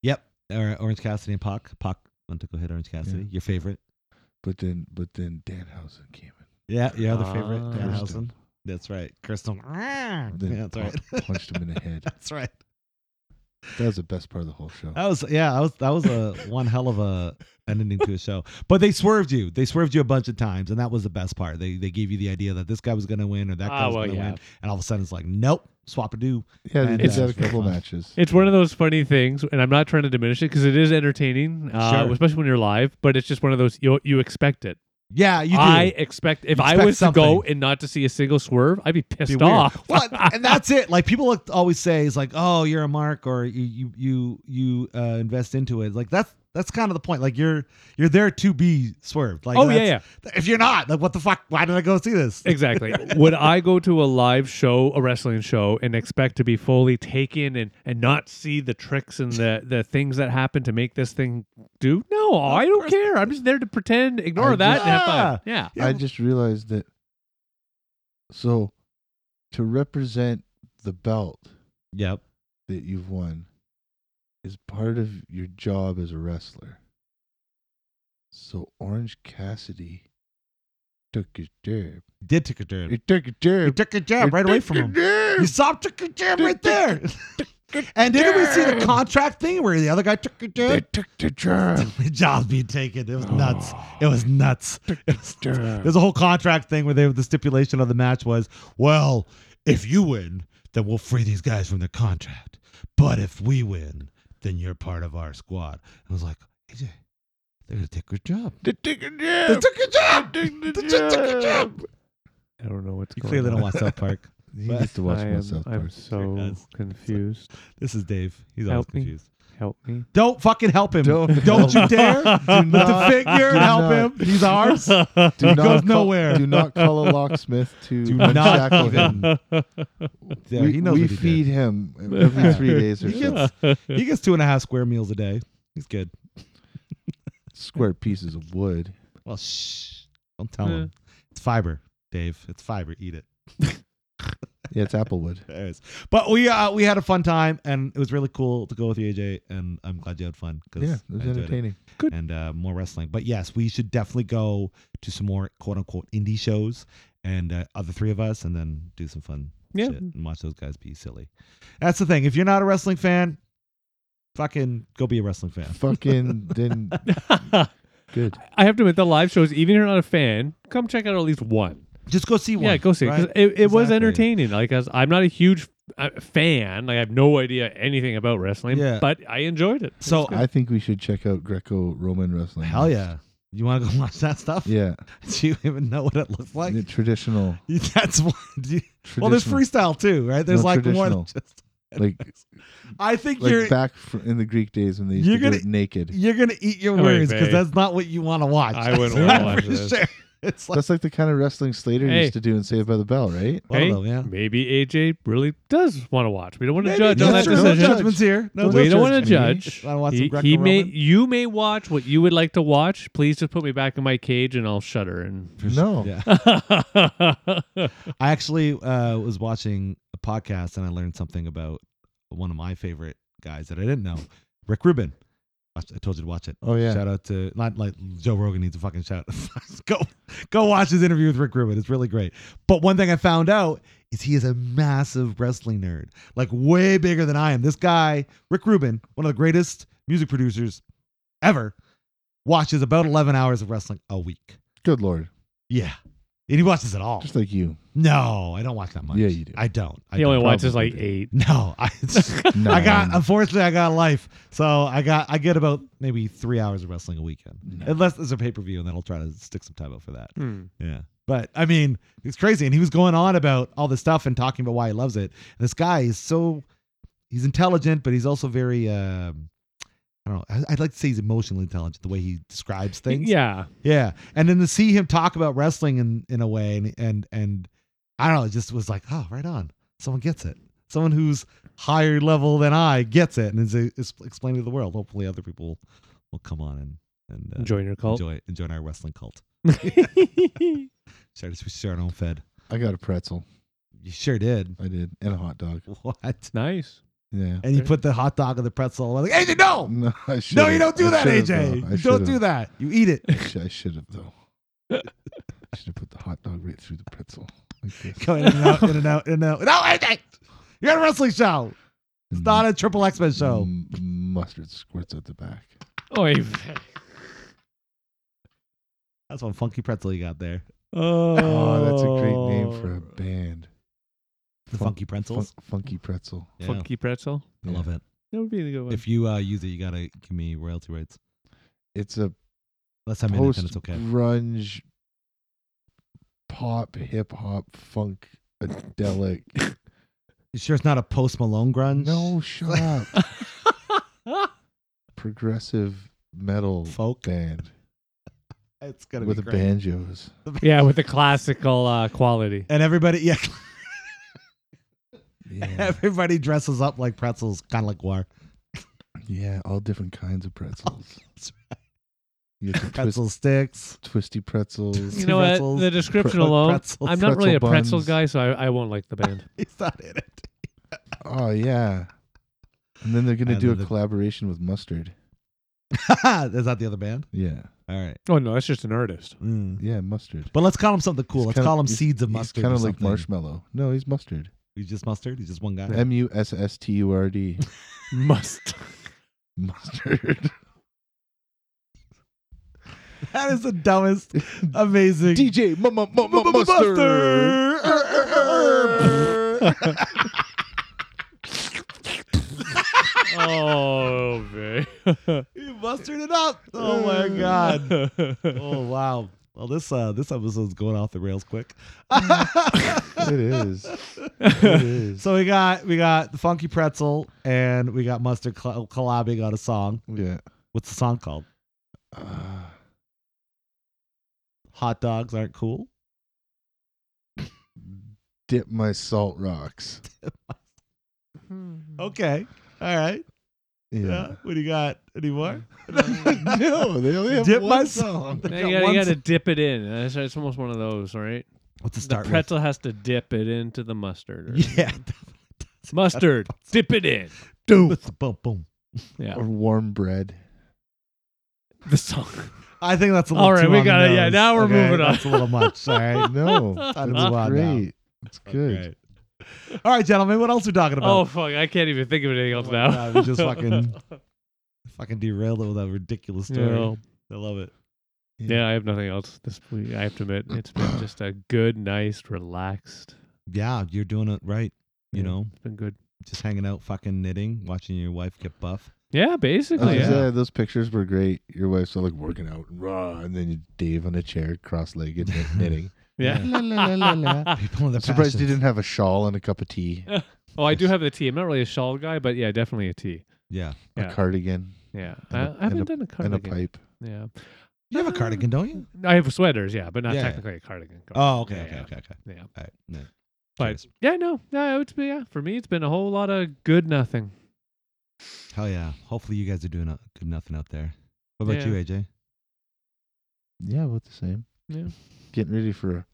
A: yep. Or- Orange Cassidy and Pac. Pac went to go hit Orange Cassidy. Your favorite.
C: but then but then Danhausen came
A: Yeah, your other favorite.
B: Ah.
A: Danhausen. That's right. Crystal. Yeah,
C: in,
A: *laughs*
C: then
A: that's right.
C: pu- *laughs* punched him in the head.
A: That's right.
C: That was the best part of the whole show.
A: That was yeah. That was that was a one hell of a an ending to a show. But they swerved you. They swerved you a bunch of times, and that was the best part. They they gave you the idea that this guy was going to win or that guy
B: Ah,
A: was
B: well,
A: going to
B: yeah.
A: win, and all of a sudden it's like nope, swap a do.
C: yeah,
A: and, uh,
C: they did that
A: it's
C: a
A: very
C: couple
A: fun.
C: matches.
B: It's one of those funny things, and I'm not trying to diminish it because it is entertaining, uh,
A: Sure.
B: especially when you're live. But it's just one of those you you expect it.
A: Yeah, you do.
B: I expect if
A: You
B: I
A: expect
B: was to go
A: something.
B: and not to see a single swerve, I'd be pissed
A: be weird.
B: off. *laughs* Oh,
A: Well, and that's it. Like people like- always say, is like, oh, you're a mark, or you you you you uh, invest into it. Like that's that's kind of the point. Like you're you're there to be swerved. Like
B: oh yeah,
A: that's-
B: yeah,
A: If you're not, like what the fuck? Why did I go see this?
B: exactly. Would I go to a live show, a wrestling show, and expect to be fully taken and and not see the tricks and the the things that happen to make this thing do? No, I don't
A: course
B: care. I'm just there to pretend, ignore
C: I
B: that, and have
A: Yeah.
B: fun. Yeah.
A: Yeah,
C: I
A: well-
C: just realized that. So, to represent the belt
A: Yep.
C: that you've won, is part of your job as a wrestler. So Orange Cassidy took his jab.
A: You did take a jab.
C: He took a jab.
A: You took a jab right away from him. You saw him took a jab right there. And didn't we see the contract thing where the other guy took a
C: They
A: jab?
C: took the Oh, jab.
A: The job's being taken. It was nuts. It was nuts. It was- There's a whole contract thing where they the stipulation of the match was, well, if you win, then we'll free these guys from their contract. But if we win, then you're part of our squad. I was like, AJ, they're gonna take your job.
C: They took a
A: They
C: jab.
A: took your job.
C: They took
A: They just took
C: the
A: a
C: jab.
A: jab.
B: I don't know what's
A: You clearly
C: *laughs*
A: don't watch South *laughs* Park.
C: He needs to watch
B: I
C: more
B: am,
C: South
B: I'm
A: Sure
C: Park.
B: so
A: does.
B: confused.
A: This is Dave. He's always
B: Help me.
A: confused.
B: help
C: *laughs*
B: me.
A: Don't fucking help him. Don't,
C: Don't
A: you
C: help.
A: dare
C: Do
A: let the
C: not-
A: figure
C: do
A: help
C: not.
A: him. He's ours.
C: Do
A: He
C: not
A: goes
C: call-
A: nowhere.
C: Do not call a
A: *laughs*
C: locksmith to
A: Do not
C: unshackle
A: even.
C: him.
A: Yeah,
C: we
A: he knows
C: we
A: what he
C: feed
A: did. *laughs*
C: him every three days or
A: He
C: so.
A: gets, he gets two and a half square meals a day. He's good.
C: Square pieces of wood.
A: Well, shh. Don't tell
B: Yeah.
A: him. It's fiber, Dave. It's fiber. Eat it.
C: Yeah, it's applewood.
A: There it is. But we uh, we had a fun time, and it was really cool to go with you, AJ. And I'm glad you had fun because
C: Yeah, it was entertaining.
A: and uh, more wrestling. But yes, we should definitely go to some more quote unquote indie shows and uh, other three of us, and then do some fun
B: Yeah.
A: shit and watch those guys be silly. That's the thing. If you're not a wrestling fan, fucking go be a wrestling fan.
C: Fucking *laughs* then good.
B: I have to admit, the live shows, even if you're not a fan, come check out at least one.
A: Just go see one.
B: Yeah, go see. it, 'cause
A: right?
B: It, it was
A: Exactly.
B: entertaining. Like, as I'm not a huge uh, fan, like I have no idea anything about wrestling.
A: Yeah.
B: but I enjoyed it.
A: So
C: I think we should check out Greco-Roman wrestling.
A: hell yeah. You want to go *laughs* watch that stuff?
C: Yeah,
A: Do you even know what it looks like?
C: the traditional.
A: *laughs* That's what. do you-
C: traditional
A: Well, there's freestyle too, right? There's
C: No,
A: like more than *laughs*
C: traditional.
A: just.
C: like
A: *laughs* I think
C: like
A: you're
C: back fr- in the Greek days when they used
A: You're
C: to
A: gonna-
C: do it naked.
A: you're gonna eat your
B: Wait,
A: words because
B: babe.
A: that's not what you want to watch.
B: I wouldn't
A: *laughs*
B: wanna
A: I'm
B: watch
A: pretty
B: this.
A: sure. It's like
C: That's like the kind of wrestling Slater
B: Hey.
C: used to do in Saved by the Bell, right?
A: I don't
B: Hey,
A: know, yeah.
B: maybe AJ really does want to watch. We don't want to
A: Maybe
B: judge
A: that's
B: on that
A: true.
B: decision.
A: No judgments here. No,
C: Don't
B: we
A: judgments.
B: don't want to
C: me.
B: judge.
A: I want some
B: He, he
A: Greco-Roman.
B: may, you may watch what you would like to watch. Please just put me back in my cage and I'll
A: *laughs*
B: shudder. And *laughs*
C: No.
A: Yeah.
B: yeah,
A: I actually uh, was watching a podcast and I learned something about one of my favorite guys that I didn't know, Rick Rubin. I I told you to watch it.
C: Oh yeah.
A: Shout out to not like Joe Rogan needs a fucking shout. *laughs* go go watch his interview with Rick Rubin. It's really great. But one thing I found out is he is a massive wrestling nerd, like way bigger than I am. This guy, Rick Rubin, one of the greatest music producers ever, watches about eleven hours of wrestling a week.
C: Good lord.
A: Yeah, and he watches it all.
C: Just like you.
A: No, I don't watch that much.
C: Yeah, you do.
A: I don't. I
B: he only
A: don't.
B: watches
C: probably
B: like eight.
A: No, I. *laughs* *laughs* I got
C: Mm.
A: unfortunately I got a life, so I got I get about maybe three hours of wrestling a weekend,
C: No.
A: unless there's a pay per view, and then I'll try to stick some time out for that.
B: Hmm.
A: Yeah, but I mean it's crazy, and he was going on about all this stuff and talking about why he loves it. And this guy is so he's intelligent, but he's also very um, I don't know. I- I'd like to say he's emotionally intelligent the way he describes things.
B: Yeah,
A: Yeah. And then to see him talk about wrestling in, in a way and and and I don't know, it just was like, oh, right on. Someone gets it. Someone who's higher level than I gets it and is, is explaining to the world. Hopefully other people will come on and and uh,
B: join your cult.
A: enjoy and join our wrestling cult. Sorry, we share our own fed.
C: I got a pretzel.
A: You sure did. *laughs*
C: I did, and a hot dog.
A: What?
B: *laughs*
A: *laughs*
B: nice.
C: Yeah.
A: And you
B: Okay.
A: put the hot dog on the pretzel. I was like, AJ, no!
C: *laughs* No, I should.
A: No, you don't do that, AJ. You don't do that. You eat it. *laughs*
C: that. I should have though. I should have put the hot dog right through the pretzel. Like this.
A: Go in and out, in and out, in and out. No, AJ! You're at a wrestling show. It's not a triple X Men show.
C: M- mustard squirts at the back.
B: Oy.
A: That's one funky pretzel you got there.
B: Oh,
C: Oh, that's a great name for a
A: Oh.
C: band.
A: The
C: Fun-
A: funky pretzels.
C: Fun- funky pretzel.
A: Yeah,
B: funky pretzel.
A: I love it.
B: That would be a good one.
A: If you uh, use it, you gotta give me royalty rates.
C: It's a
A: Last time I did,
C: post
A: then it's okay.
C: grunge, pop, hip hop, funk, adelic.
A: You sure it's not a post Malone grunge?
C: no, shut up. *laughs* Progressive metal
A: folk.
C: band
A: It's gonna
C: with
A: be
C: the
A: great. *laughs*
C: banjos.
B: *laughs* yeah, with the classical uh, quality.
A: And everybody, *laughs* yeah,
C: Yeah,
A: everybody dresses up like pretzels, kind of like war.
C: yeah, all different kinds of pretzels.
A: *laughs* that's
C: You get the twist,
A: Pretzel sticks. *laughs*
C: twisty pretzels.
B: You know what?
A: pretzels.
B: The description
A: Pre-
B: alone.
A: pretzels.
B: I'm not really a
C: Pretzel
B: pretzel
C: buns.
B: guy, so I, I won't like the band.
A: He's not in it. *laughs*
C: Oh yeah. And then they're gonna
A: And
C: do a
A: then the-
C: collaboration with mustard.
A: Is that the other band?
C: Yeah,
A: All right.
B: oh no, that's just an artist.
A: Mm.
C: yeah, mustard.
A: But let's call him something cool.
C: He's
A: Let's
C: kinda-
A: call him
C: he's-
A: Seeds of
C: he's
A: Mustard.
C: Kind
A: or
C: of like
A: something.
C: marshmallow. No, he's mustard.
A: He's just mustard. He's just one guy.
C: M U S S T U R D.
B: *laughs*
C: *laughs*
B: Must.
A: *laughs*
C: Mustard.
A: *laughs* That is the *laughs* dumbest, amazing.
C: DJ M- M- M- M- Mustard.
B: oh man.
A: You mustered it up. Oh my
B: *laughs*
A: god. *laughs* Oh wow. Well, this uh, this episode's going off the rails quick.
C: It is. is.
A: So we got we got the funky pretzel and we got mustard cl- collabing on a song.
C: *laughs* yeah.
A: What's the song called?
C: Uh,
A: Hot dogs aren't cool.
C: dip my salt rocks.
A: Okay, all right. Yeah.
C: Yeah.
A: What do you got anymore?
C: *laughs* no, they only have
A: Dip
C: one
A: my
C: song.
A: salt. Got
B: You gotta, you
A: one
B: gotta
A: s-
B: dip it in. It's, it's almost one of those, right?
A: What's the
B: The
A: start? with?
B: pretzel has to dip it into
A: *laughs*
B: the mustard. or-
A: Yeah.
B: Mustard, dip it in.
C: *laughs*
A: Boom, boom, boom.
B: Yeah,
C: Or warm bread.
B: the song.
A: I think that's a little.
B: All right,
A: too
B: we
A: on the
B: got it. Yeah,
A: nose.
B: now we're
A: Okay,
B: moving on.
A: That's a little much. All right.
B: *laughs*
C: No,
A: Time to
C: that's
A: move on now.
C: great. That's good.
A: Okay. All right, gentlemen. What else are we talking about?
B: Oh fuck, I can't even think of anything else
A: Oh my
B: now.
A: God, we just
B: *laughs*
A: fucking fucking derailed it with that ridiculous story.
B: Yeah.
A: I love it.
B: Yeah, I have nothing else this week. I have to admit,
A: *coughs*
B: it's been just a good, nice, relaxed.
A: Yeah, you're doing it right. You
B: Yeah.
A: know,
B: It's been good.
A: just hanging out, fucking knitting, watching your wife get buff.
B: Yeah,
C: Oh,
B: basically.
A: yeah.
C: yeah. those pictures were great. Your wife's all like working out, raw, and then you Dave on a chair, cross-legged, *laughs* knit- knitting.
B: yeah.
C: La, la, la, la,
B: Ah,
C: la.
A: People in the
C: *laughs* I'm surprised you didn't have a shawl and a cup of tea,
B: Oh, I do have the tea. I'm not really a shawl guy, but yeah, definitely a tea.
A: Yeah,
B: Yeah.
C: a cardigan,
B: Yeah,
C: And
B: I
C: a-
B: I haven't
C: and
B: done a
C: and a
B: cardigan.
C: pipe.
B: Yeah,
A: you have a cardigan, don't you?
B: I have sweaters. Yeah, but not
A: Yeah.
B: technically a cardigan.
A: Oh, okay,
B: Cardigan,
A: okay,
B: yeah,
A: okay, okay.
B: Yeah, yeah.
A: All right. No.
B: but
A: Curious.
B: yeah, no, no, it's been, yeah. For me, it's been a whole lot of good nothing.
A: hell yeah! Hopefully, you guys are doing a, good nothing out there. What about
B: Yeah.
A: you, AJ?
C: Yeah, about the same.
B: Yeah.
C: Getting ready for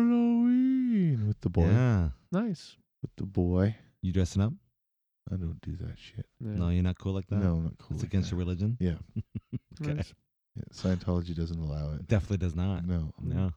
C: Halloween with the boy.
A: Yeah,
B: Nice.
C: With the boy.
A: you dressing up?
C: I don't do that shit.
B: Yeah,
A: No, you're not cool like that.
C: No, I'm not cool.
A: it's
C: like
A: against
C: that.
A: your religion.
C: Yeah.
A: okay.
B: nice.
C: Yeah, Scientology doesn't allow it.
A: Definitely does not.
C: No.
A: No.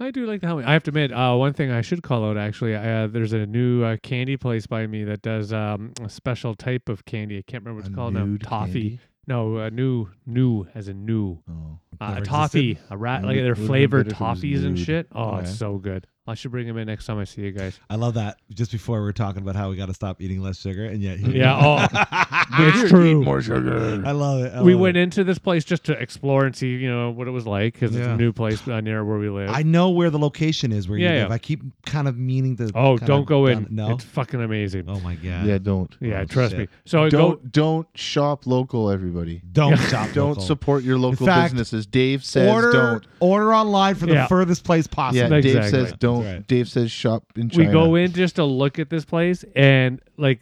B: I do like the Halloween. I have to admit, uh, one thing I should call out actually, uh, there's a new uh, candy place by me that does um, a special type of candy. I can't remember what
C: A
B: it's called now.
C: nude
B: Toffee.
C: candy?
B: No, uh, new, new as in new.
C: Oh.
B: Uh, a
A: Never
B: toffee,
A: existed.
B: a rat,
C: Would
B: like
C: it-
B: their
C: would it be
B: flavored
C: better if it was
B: toffees and
C: nude?
B: shit. Oh,
C: Okay.
B: it's so good. I should bring them in next time I see you guys.
A: I love that. Just before we were talking about how we got to stop eating less sugar, and yet
B: Yeah, oh,
A: I *laughs*
B: it's true.
C: Ah, More sugar.
A: love it. I
B: We
A: love
B: went
A: it.
B: into this place just to explore and see, you know, what it was like because it's
A: Yeah.
B: a new place uh, near where we live.
A: I know where the location is where you
B: Yeah,
A: live.
B: yeah.
A: I keep kind of meaning to.
B: oh,
A: kinda
B: don't go in.
A: down- No.
B: It's fucking amazing.
A: oh my god.
C: Yeah, don't.
B: yeah,
A: oh,
B: trust
A: shit.
B: me. So I go.
C: Don't don't shop local, everybody.
B: *laughs*
A: Don't
B: Yeah.
A: shop.
C: Don't
A: local.
C: support your local
A: fact,
C: businesses. Dave says
A: order.
C: don't.
A: Order online for the
B: Yeah.
A: furthest place
C: Yeah,
A: possible.
B: That's
C: Dave
B: exactly.
C: says don't.
A: That's right.
C: Dave says shop in China.
B: we go in just to look at this place and like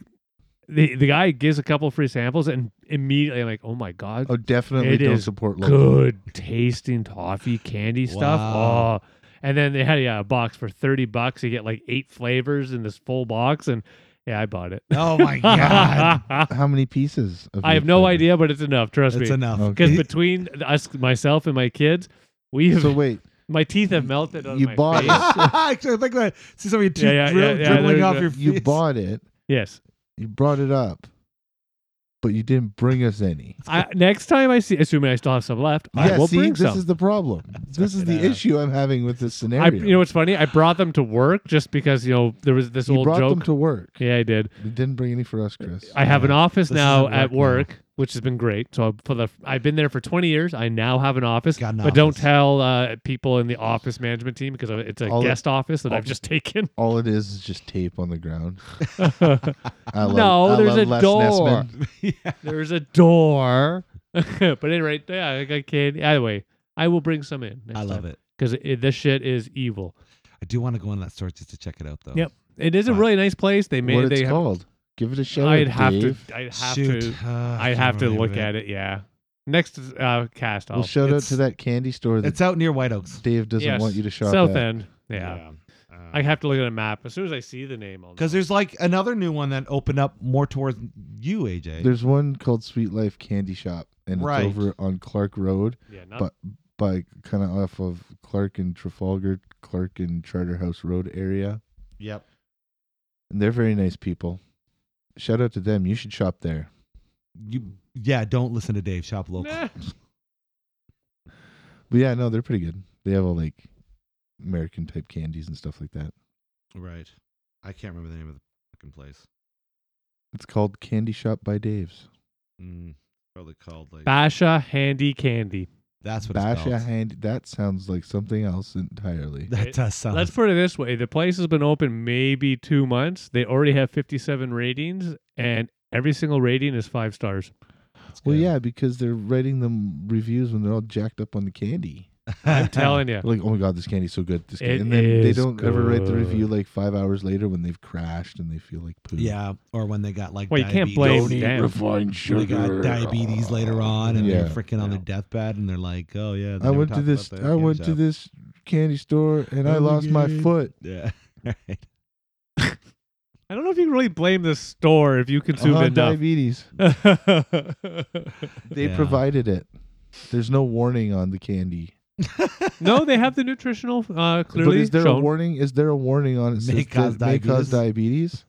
B: the the guy gives a couple free samples and immediately I'm like, oh my god,
C: Oh, definitely
B: It
C: don't
B: is
C: support local.
B: good tasting toffee candy stuff.
A: Wow.
B: Oh. And then they had yeah, a box for thirty bucks. You get like eight flavors in this full box, and yeah, I bought it.
A: Oh
B: *laughs*
A: my god.
C: How many pieces? Of
B: I have
C: each
B: no
C: flavor?
B: idea, but it's enough. Trust
A: That's
B: me,
A: enough. *laughs*
C: Okay. *laughs*
B: because between us, myself, and my kids, we have *laughs*
C: So wait,
B: my teeth have melted. On
C: you
B: my
C: bought
B: face.
C: it.
A: Actually, think that. See somebody teeth
B: Yeah, yeah,
A: drib-
B: yeah, yeah,
A: dribbling
B: there
A: off
B: you
A: your
B: go.
A: face.
C: you bought it.
B: Yes.
C: You brought it up, but you didn't bring us any.
B: I, next time I see, assuming I still have some left, I
C: yeah,
B: will
C: see,
B: bring
C: this
B: some.
C: is the problem.
B: *laughs*
C: This is
A: fucking
C: the
A: ass.
C: issue I'm having with this scenario.
B: I, you know what's funny? I brought them to work just because you know there was this
C: you
B: old
C: brought
B: joke.
C: them to work.
B: yeah, I did.
C: You didn't bring any for us, Chris.
B: I have an
A: Yeah,
B: office
A: this
B: now
A: is at
B: at
A: work
B: work, which has been great. So for the I've been there for 20 years. I now have an office,
A: Got an
B: but don't
A: office.
B: tell uh, people in the office management team because it's a
C: All the-
B: guest office that I've
C: all-
B: just taken.
C: All it is is just tape on the
B: *laughs*
C: ground.
B: no,
C: I love, I
B: there's
C: love
B: a
C: Les
B: door.
C: Nessman.
B: *laughs* There's a door. *laughs* but anyway, yeah, I got kid. Either way, I will bring some in.
A: I love it.
B: because this shit is evil.
A: I do want to go on that store just to check it out, though.
B: Yep. It is a
A: Fine.
B: really nice place. They made
C: What it's
B: they have-
C: called? Give it a shout.
B: I'd
C: out,
B: have
C: Dave.
B: to. I'd have
A: Shoot.
B: to.
A: Uh, I
B: I'd
A: can't
B: have to
A: remember
B: look
A: that.
B: at it. Yeah. Next uh, cast. I'll
C: We'll shout out to
A: It's-
C: that candy store that
A: It's out near White Oaks.
C: Dave doesn't
B: Yes,
C: want you to shop
B: South
C: at.
B: End. Yeah. Uh, I have to look at a map as soon as I see the name. I'll know.
A: Because there's like another new one that opened up more towards you, AJ.
C: There's one called Sweet Life Candy Shop, and
A: Right.
C: it's over on Clark Road,
B: yeah, not,
C: but by kind of off of Clark and Trafalgar, Clark and Charterhouse Road area.
A: yep.
C: And they're very nice people. Shout out to them. You should shop there.
A: You, yeah, don't listen to Dave. Shop local.
B: Nah.
C: But yeah, no, they're pretty good. They have all like American type candies and stuff like that.
A: Right. I can't remember the name of the fucking place.
C: It's called Candy Shop by Dave's.
A: Mm, probably called like
B: Basha Handy Candy.
A: That's what
C: Bash
A: it's
C: a
A: called.
C: hand. That sounds like something else entirely.
A: *laughs* That
B: It-
A: does
C: Uh-huh.
A: sound.
B: Let's put it this way: the place has been open maybe two months. They already have fifty-seven ratings, and every single rating is five stars.
A: that's
C: Well,
A: good. *laughs*
C: yeah, because they're writing them reviews when they're all jacked up on the candy. *laughs*
B: I'm telling you,
C: They're like, oh my god, this candy's so good. This
B: It
C: candy. and then they
B: is
C: don't ever write the
B: good.
C: review like five hours later when they've crashed and they feel like
A: *laughs*
C: poo.
A: Yeah, or when they got like
B: Well, you
A: diabetes.
B: can't blame Don't eat them.
C: refined
A: When They got diabetes later on, and they're
C: Yeah.
A: freaking on their deathbed, and they're like, "Oh yeah." they
C: I
A: never
C: went to
A: talked
C: this.
A: about that
C: I
A: hand
C: went to
A: job.
C: this candy store and I
A: Oh my
C: lost my
A: God.
C: foot.
A: *laughs* Yeah. Right.
B: I don't know if you can really blame the store if you consumed
C: Uh-huh,
B: enough.
C: diabetes. They
A: Yeah.
C: provided it. There's no warning on the candy.
B: *laughs* no, they have the nutritional uh, clearly
C: but is there a
B: shown.
C: warning? Is there a warning on it?
A: May
C: says
A: cause
C: that may cause diabetes.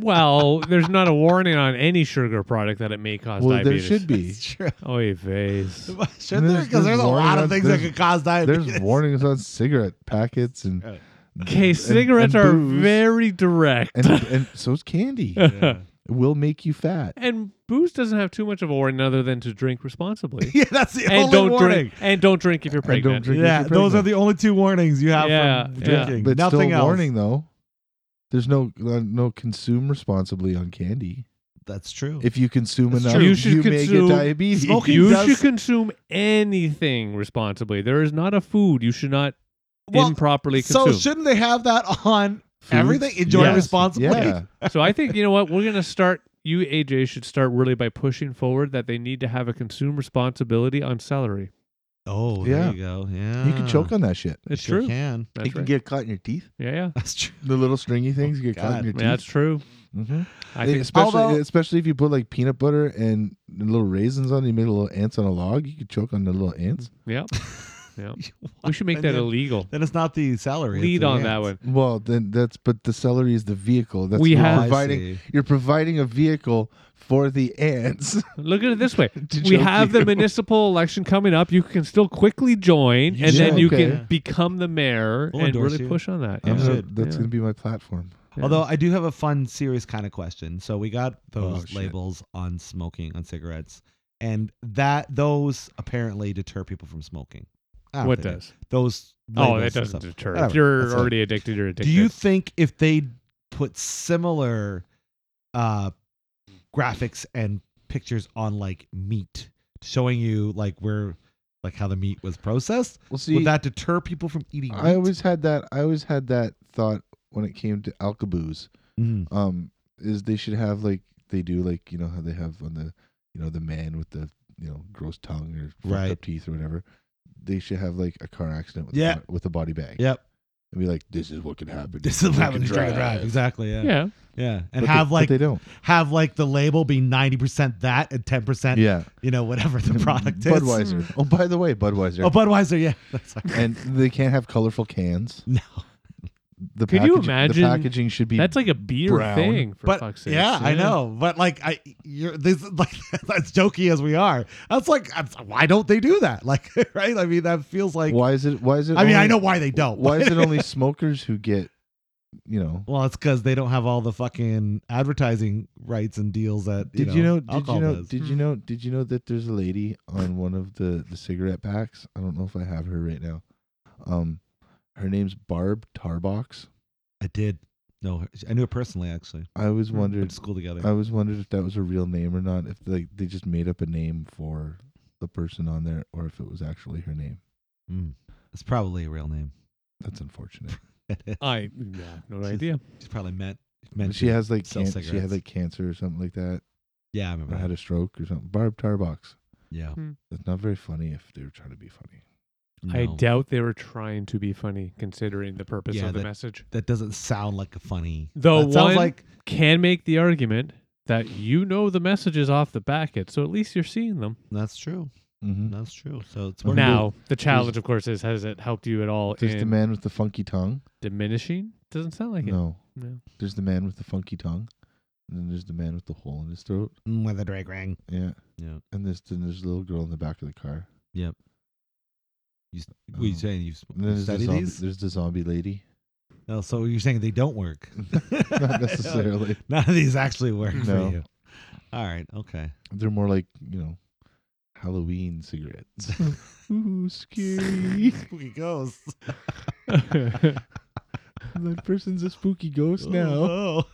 B: well, there's not a warning on any sugar product that it may cause
C: well, there
B: diabetes.
C: should be.
A: It's true. *laughs*
B: Oy vey's.
C: *laughs*
A: Should there?
C: There's-
A: Because there's,
C: there's
A: a lot
C: warning
A: of
C: on-
A: things that
C: there's-
A: could cause *laughs* diabetes. *laughs*
C: There's warnings on cigarette packets and
A: Right.
B: Okay,
C: and-
B: cigarettes
C: and
B: are
C: booze.
B: very direct.
C: and and
B: *laughs*
C: so's candy. It *laughs*
A: Yeah.
C: will make you fat.
B: And booze doesn't have too much of a warning other than to drink responsibly.
A: *laughs* yeah, that's the
B: and
A: only
B: don't
A: warning.
B: drink. And don't drink if you're
C: And don't
B: pregnant.
C: drink if
A: Yeah,
C: you're
A: those are
C: pregnant.
A: the only two warnings you have
B: Yeah,
A: from
B: yeah.
A: drinking.
C: But it's
A: Nothing
C: still a
A: else.
C: warning though. There's no uh, no consume responsibly on candy.
A: That's true.
C: If you consume
A: That's
C: enough,
A: true.
B: You should
C: may get
B: consume-
C: diabetes.
A: Smoking
B: you
A: does-
B: should consume anything responsibly. There is not a food you should not
A: Well,
B: improperly
A: so
B: consume.
A: shouldn't they have that on
C: Foods?
A: everything? Enjoy
B: Yes.
A: responsibly.
C: Yeah.
B: so I think you know what we're gonna start. You AJ should start really by pushing forward that they need to have a consume responsibility on celery.
A: Oh,
C: Yeah.
A: there you go. Yeah,
C: You can choke on that shit.
B: It's
A: Sure
B: true.
A: Can
B: That's right.
C: get caught in your teeth.
B: yeah, yeah.
A: that's true. *laughs*
C: The little stringy things you get caught in
A: God.
C: your teeth.
B: Yeah, that's true.
C: Mhm.
B: I
C: They-
B: think
C: especially
A: Although-
C: especially if you put like peanut butter and little raisins on it, you made little ants on a log, you could choke on the little ants.
A: *laughs*
B: yeah. Yeah. We should make that
A: then,
B: illegal.
A: Then it's not the salary. it's
B: Lead
A: the
B: on
A: ants.
B: that one.
C: Well, then that's but the celery is the vehicle. That's
B: We
C: you're
B: have-
A: Oh, I
C: providing
A: see.
C: you're providing a vehicle for the ants. *laughs*
B: Look at it this
A: *laughs*
B: way.
C: To
B: we
C: choke
B: have
C: you.
B: the municipal election coming up. You can still quickly join, and then
C: should.
B: you
C: Okay.
B: can become the mayor
A: We'll
B: and
A: endorse
B: really
A: you.
B: push on that.
C: I'm
A: You
B: Yeah.
C: gonna-
A: should,
C: that's
B: yeah.
C: gonna be my platform.
B: Yeah.
A: Although I do have a fun, serious kind of question. So we got
C: Oh,
A: those
C: shit.
A: labels on smoking on cigarettes, and that those apparently deter people from smoking. I don't
B: what
A: think it-
B: does?
A: those?
B: Oh,
A: labels and
B: that doesn't
A: stuff.
B: deter. If
A: Whatever.
B: you're
A: That's it.
B: already addicted, you're addicted.
A: Do you think if they put similar uh, graphics and pictures on like meat, showing you like where, like how the meat was processed,
C: We'll see.
A: would that deter people from eating? Meat?
C: I always had that. I always had that thought when it came to Alcaboos.
A: Mhm.
C: Um, is they should have like they do like you know how they have on the you know the man with the you know gross tongue or fucked
A: Right.
C: up teeth or whatever. They should have like a car accident with
A: Yeah.
C: a, bo- with a body bag
A: Yep.
C: and be like, *laughs* this is what can happen.
A: This
C: if
A: is
C: you
A: having a
C: drink
A: drink
C: and
A: and drive. Exactly. Yeah. Yeah.
B: yeah.
A: And
C: But they-
A: have
C: but
A: like
C: they don't.
A: have like the label be 90% that and 10%
C: Yeah,
A: you know whatever *laughs*
C: *laughs*
A: the product is Hmm.
C: Budweiser. Oh, by the way, Budweiser.
A: oh budweiser yeah *laughs* that's
C: *laughs*
A: right.
C: and they can't have colorful cans.
A: *laughs* no
C: The
B: Could you
C: packaging-
B: imagine-
C: The packaging should be
B: That's like a beer
C: brown.
B: thing, for
A: but
B: fuck's sake.
A: yeah, i know but like i you're this *laughs* like as jokey as we are that's like that's- why don't they do that *laughs* like right i mean that feels like
C: why is it? Why is it?
A: i mean i
C: only-
A: know why they don't
C: Why is it *laughs* only smokers who get, you know?
A: *laughs* well it's because they don't have all the fucking advertising rights and deals that you
C: Did you know? did
A: alcohol
C: you know?
A: does.
C: Did you know? Did you know that there's a lady on one of the the cigarette packs? I don't know if I have her right now. Um, her name's Barb Tarbox.
A: i did no i knew her personally actually
C: I always
B: Hmm.
A: we went
C: wondered. Oh.
A: to school together
C: I always wondered if that was a real name or not. If like they just made up a name for the person on there, or if it was actually her name.
A: Mm. it's probably a real name *laughs*
C: That's unfortunate.
B: I yeah, no idea.
A: She's probably meant
C: But
A: meant
C: she
A: to-
C: has like
A: sell
C: can- she had
A: cigarettes.
C: like cancer or something like that,
A: yeah, I
C: or
A: remember
C: had
A: that.
C: a stroke or something. Barb Tarbox.
A: Yeah,
C: That's not very funny if they were trying to be funny.
B: I
A: No.
B: doubt they were trying to be funny, considering the purpose
A: Yeah,
B: of the
A: that-
B: message.
A: that doesn't sound like a funny.
B: The
A: that sounds
B: one-
A: like
B: Can make the argument that you know the messages off the packet, so at least you're seeing them.
A: that's true.
C: Mm-hmm.
A: That's true. So it's
C: Or
A: one of
B: Now, the challenge, of course, is has it helped you at all
C: There's the
B: in
C: man with the funky tongue.
B: diminishing? Doesn't sound like it.
C: No.
B: No.
C: There's the man with the funky tongue. And then there's the man with the hole in his throat.
A: the- Mm, with a drag ring.
C: Yeah.
A: Yeah.
C: And there's then there's the little girl in the back of the car.
A: You, s- what are you
C: Oh.
A: saying? You s-
C: And then
A: you
C: there's the,
A: study
C: zombie,
A: these?
C: there's the zombie lady. *laughs*
A: No, so you're saying they don't work?
C: Not
A: *laughs*
C: *laughs* necessarily.
A: None of these actually work
C: No.
A: for you. All right. Okay.
C: They're more like, you know, Halloween cigarettes. *laughs*
A: *laughs*
C: Ooh, *laughs* scary.
A: Spooky ghosts.
C: that person's a spooky ghost now.
A: No.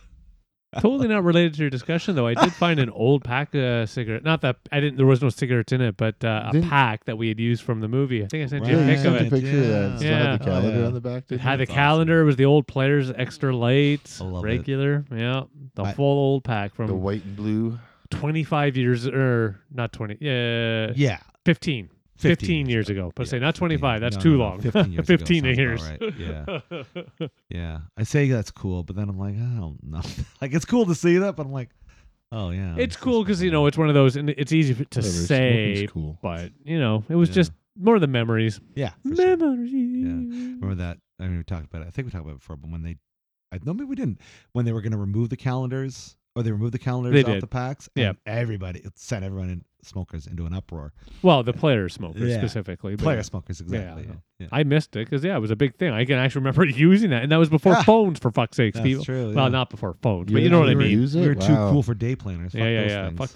B: totally not related to your discussion though. I did find an old pack uh, cigarette. Not that I didn't. There was no cigarettes in it, but uh, a
C: Didn't-
B: pack that we had used from the movie. I think I sent you
A: Right.
B: a
C: Yeah, you
B: pic of
C: sent
B: it.
C: a picture of that. It still
A: Yeah.
C: had the
A: Oh,
C: calendar
A: yeah.
C: on the back.
B: It
C: didn't
B: had the
A: That's awesome.
B: calendar. It was the old players, extra light,
A: I love it.
B: regular. Yeah, the
A: I-
B: full old pack
C: The
B: from
C: white and blue.
B: 25 years or not 20. Yeah,
A: Yeah.
B: 15. 15, years ago. But
A: Yeah,
B: say not
A: 15.
B: 25. that's
A: No,
B: too
A: no, no,
B: long.
A: 15
B: *laughs*
A: years ago
B: 15
A: sounds about
B: years.
A: right. Yeah.
B: *laughs*
A: Yeah, I say that's cool, but then I'm like, I don't know. *laughs* like, it's cool to see that, but I'm like, oh yeah,
B: it's
A: this is
B: cool because you know it's one of those, and it's easy f- to
C: Whatever,
B: say,
C: smoking's cool.
B: but you know it was
A: Yeah.
B: just more the memories.
A: yeah. for sure.
B: Memories.
A: Remember that? I mean, we talked about it. I think we talked about it before, but when they, I no, maybe we didn't. When they were going to remove the calendars, or they removed the calendars
B: They
A: off
B: did.
A: the packs,
B: Yeah.
A: and everybody it sent everyone in smokers into an uproar.
B: Well, the player smokers
A: Yeah.
B: specifically. but
A: Player
B: yeah.
A: smokers, exactly.
B: I
A: Yeah,
B: know. I missed it because yeah, it was a big thing. I can actually remember *laughs* using that, and that was before
A: Ah.
B: phones, for fuck's sakes,
A: That's
B: people.
A: true.
B: Well,
A: yeah.
B: not before phones,
C: You
B: but you know what I
C: actually
B: mean.
C: Use it?
A: We were too
C: Wow.
A: cool for day planners.
B: Yeah,
A: Fuck
B: yeah,
A: those
B: yeah.
A: things.
B: Fuck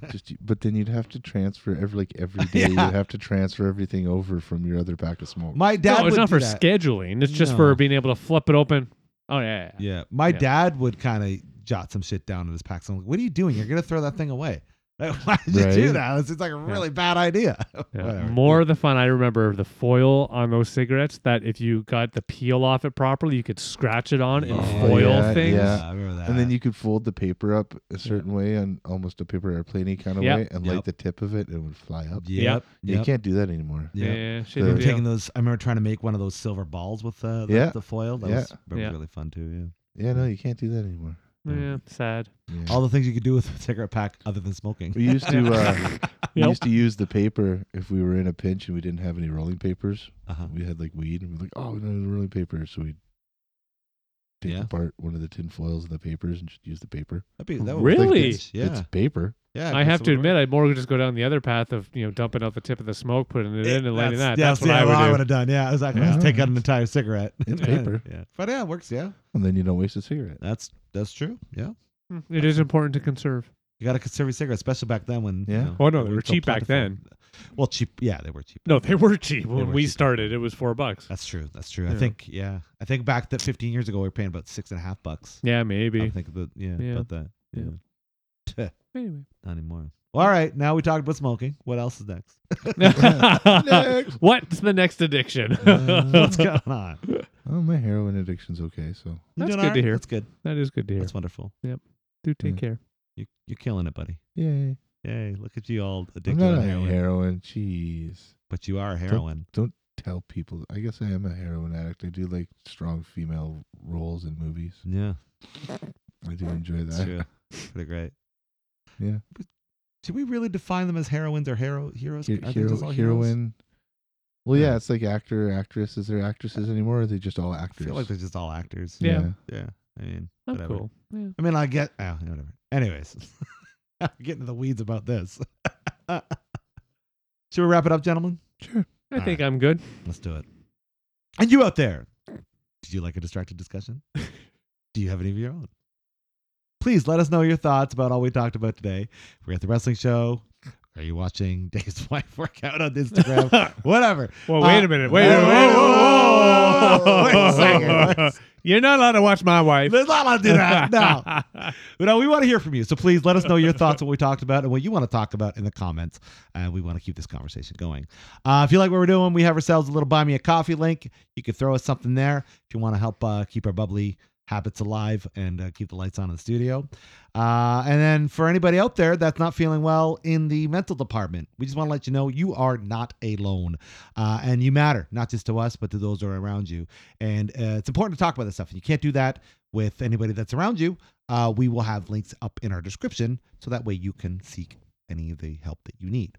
B: that.
C: Just, but then you'd have to transfer every like
A: *laughs*
C: every day. You'd
A: Yeah.
C: have to transfer everything over from your other pack of smoke.
A: My dad
B: no, it's
A: would
B: not
A: do
B: for
A: that.
B: scheduling. It's just for
A: No.
B: being able to flip it open. Oh yeah. yeah.
A: Yeah. My
B: Yeah.
A: dad would kind of jot some shit down in his packs. I'm like, what are you doing? You're going to throw that thing away. *laughs* Like, why did you do
C: Right.
A: that? It's, it's like a really bad idea.
B: Yeah.
A: Whatever.
B: More of the fun I remember the foil on those cigarettes that if you got the peel off it properly, you could scratch it *laughs* on and
A: Oh,
B: foil
C: yeah,
B: things.
A: Yeah,
C: yeah.
A: I remember that.
C: and then you could fold the paper up a certain way on almost a paper airplane kind of
B: Yep.
C: way and
A: Yep.
C: light the tip of it and it would fly up. Yeah,
A: Yep.
C: You
A: Yep.
C: can't do that anymore.
A: yep.
B: Yeah,
A: I
B: shit
A: remember
C: Yeah.
A: taking those. I remember trying to make one of those silver balls with uh, the, the,
C: Yeah.
A: the foil. That was,
C: Yeah.
A: that was
B: Yeah.
A: really fun too.
C: Yeah, no, you can't do that anymore.
B: Yeah, sad.
C: Yeah.
A: Yeah. All the things you could do with a cigarette pack other than smoking.
C: we used to uh,
A: *laughs*
C: we
B: Yep.
C: used to use the paper if we were in a pinch and we didn't have any rolling papers.
A: Uh-huh.
C: We had like weed and we're like, oh, we don't have rolling paper, so we take
A: Yeah.
C: apart one of the tin foils of the papers and just use the paper.
A: That'd be, that would
B: Really?
A: It's, yeah.
C: It's paper.
A: yeah.
B: I have to admit, I'd more just go down the other path of you know dumping out the tip of the smoke, putting it in, and lighting that.
A: Yeah,
B: that's
A: see,
B: what I
A: what I
B: would
A: would
B: do.
A: have done. Yeah, exactly.
C: Yeah.
A: Just take out an entire cigarette.
C: It's paper.
A: *laughs* yeah. But yeah, it works. Yeah.
C: And then you don't waste a cigarette.
A: That's that's true. Yeah.
B: Mm, It is important to conserve.
A: You got to conserve your cigarettes, especially back then when. You
C: Yeah.
A: know,
B: Oh, no, they
A: were
B: were
A: so
B: cheap back
A: plentiful. Well, cheap. Yeah, they were cheap.
B: No, they were cheap
A: They
B: when
A: were
B: we
A: cheap.
B: started. It was four bucks.
A: That's true. That's true. I
B: Yeah.
A: think. Yeah, I think back that 15 years ago we were paying about six and a half bucks.
B: Yeah,
A: I
B: maybe.
A: think about yeah,
B: Yeah.
A: about that. Yeah.
B: Yeah. Anyway.
A: *laughs* Not anymore. Well, all right. Now we talked about smoking. What else is
B: *laughs*
A: next?
C: Next.
B: What's the *laughs* next Uh, addiction?
A: What's going on?
C: Oh, my heroin addiction's okay. So
A: You doing
B: That's good
A: all right?
B: to hear.
A: That's good.
B: *laughs* that is good to hear.
A: That's wonderful.
B: Do take
C: Yeah.
B: care.
A: You you're killing it, buddy.
C: yay,
A: Yay! Look at you all
C: I'm
A: addicted
C: not
A: to
C: a
A: heroin,
C: heroin. Jeez,
A: but you are a heroin.
C: tell people. I guess I am a heroin addict. I do like strong female roles in movies.
A: Yeah,
C: I do enjoy
A: that's
C: that.
A: true.
C: *laughs*
A: Pretty great.
C: Yeah.
A: But Do we really define them as heroines or hero heroes?
C: He-
A: Are they
C: hero-
A: just all heroes?
C: heroine. Well,
A: Yeah.
C: yeah, it's like actor, actress. Is there actresses anymore? Or are they just all
A: I
C: actors?
A: feel like they're just all actors.
B: Yeah.
A: Yeah. I mean,
B: I'm
A: Whatever.
B: Oh, cool. Yeah.
A: I mean, I get oh, whatever. Anyways, *laughs* I'm getting to the weeds about this. *laughs* Should we wrap it up, gentlemen?
C: Sure.
B: I
A: All
B: think I'm good.
A: Let's do it. And you out there, did you like a distracted discussion? do you have any of your own? Please let us know your thoughts about all we talked about today. We're at the wrestling show. Are you watching Dave's *laughs* wife workout on Instagram? Whatever.
B: Well,
A: wait
B: wait
A: a
B: a minute.
A: Wait,
B: Wait,
A: wait,
B: wait,
A: wait, Uh, whoa, whoa, whoa. Wait a second.
B: You're not allowed to watch my wife.
A: Let's not do
B: *laughs*
A: that. No. But no, we want to hear from you. So please let us know your thoughts, on what we talked about, and what you want to talk about in the comments. And we want to keep this conversation going. Uh, if you like what we're doing, we have ourselves a little buy me a coffee link. You can throw us something there if you want to help uh, keep our bubbly habits alive and uh, keep the lights on in the studio. Uh, and then for anybody out there that's not feeling well in the mental department, we just want to let you know you are not alone. Uh, and you matter, not just to us, but to those that are around you. And uh, it's important to talk about this stuff. You can't do that with anybody that's around you uh, we will have links up in our description so that way you can seek any of the help that you need.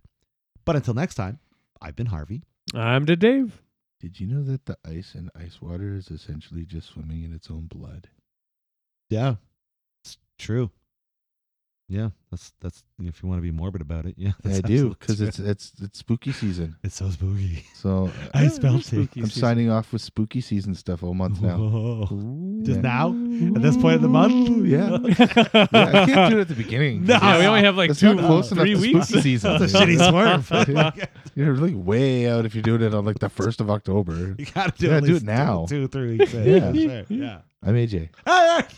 A: But until next time, I've been Harvey.
B: I'm to Dave.
C: Did you know that the ice in ice water is essentially just swimming in its own blood?
A: Yeah, it's true. Yeah, that's that's if you want to be morbid about it. Yeah,
C: I
A: that's
C: do
A: absolutely
C: because
A: true.
C: it's it's it's spooky season.
A: it's so *laughs*
C: *laughs*
A: spooky.
C: So uh,
A: I spelled it.
C: I'm signing off with spooky season stuff all month now.
A: Whoa.
B: Just
A: Just
C: Yeah.
A: now at this point of the month.
C: yeah. Yeah,
B: *laughs*
C: I can't do it at the beginning.
B: No,
C: It's-
B: we only have like
C: it's
B: two,
C: not close enough
B: three
C: to
B: weeks.
C: spooky season.
A: that's a shitty
C: *laughs*
A: swerve.
C: You're really way out if you're doing it on like the first
B: *laughs*
C: of October.
A: *laughs* you gotta do,
C: Yeah,
A: at
C: do it
A: least
C: now.
A: Two, two,
C: *laughs*
A: three weeks. In.
C: Yeah.
A: sure. yeah.
C: I'm AJ.
A: All right. *laughs*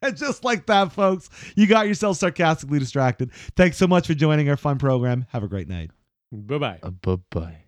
A: And just like that, folks, you got yourself sarcastically distracted. Thanks so much for joining our fun program. Have a great night.
B: Bye bye.
C: Uh, bye bye.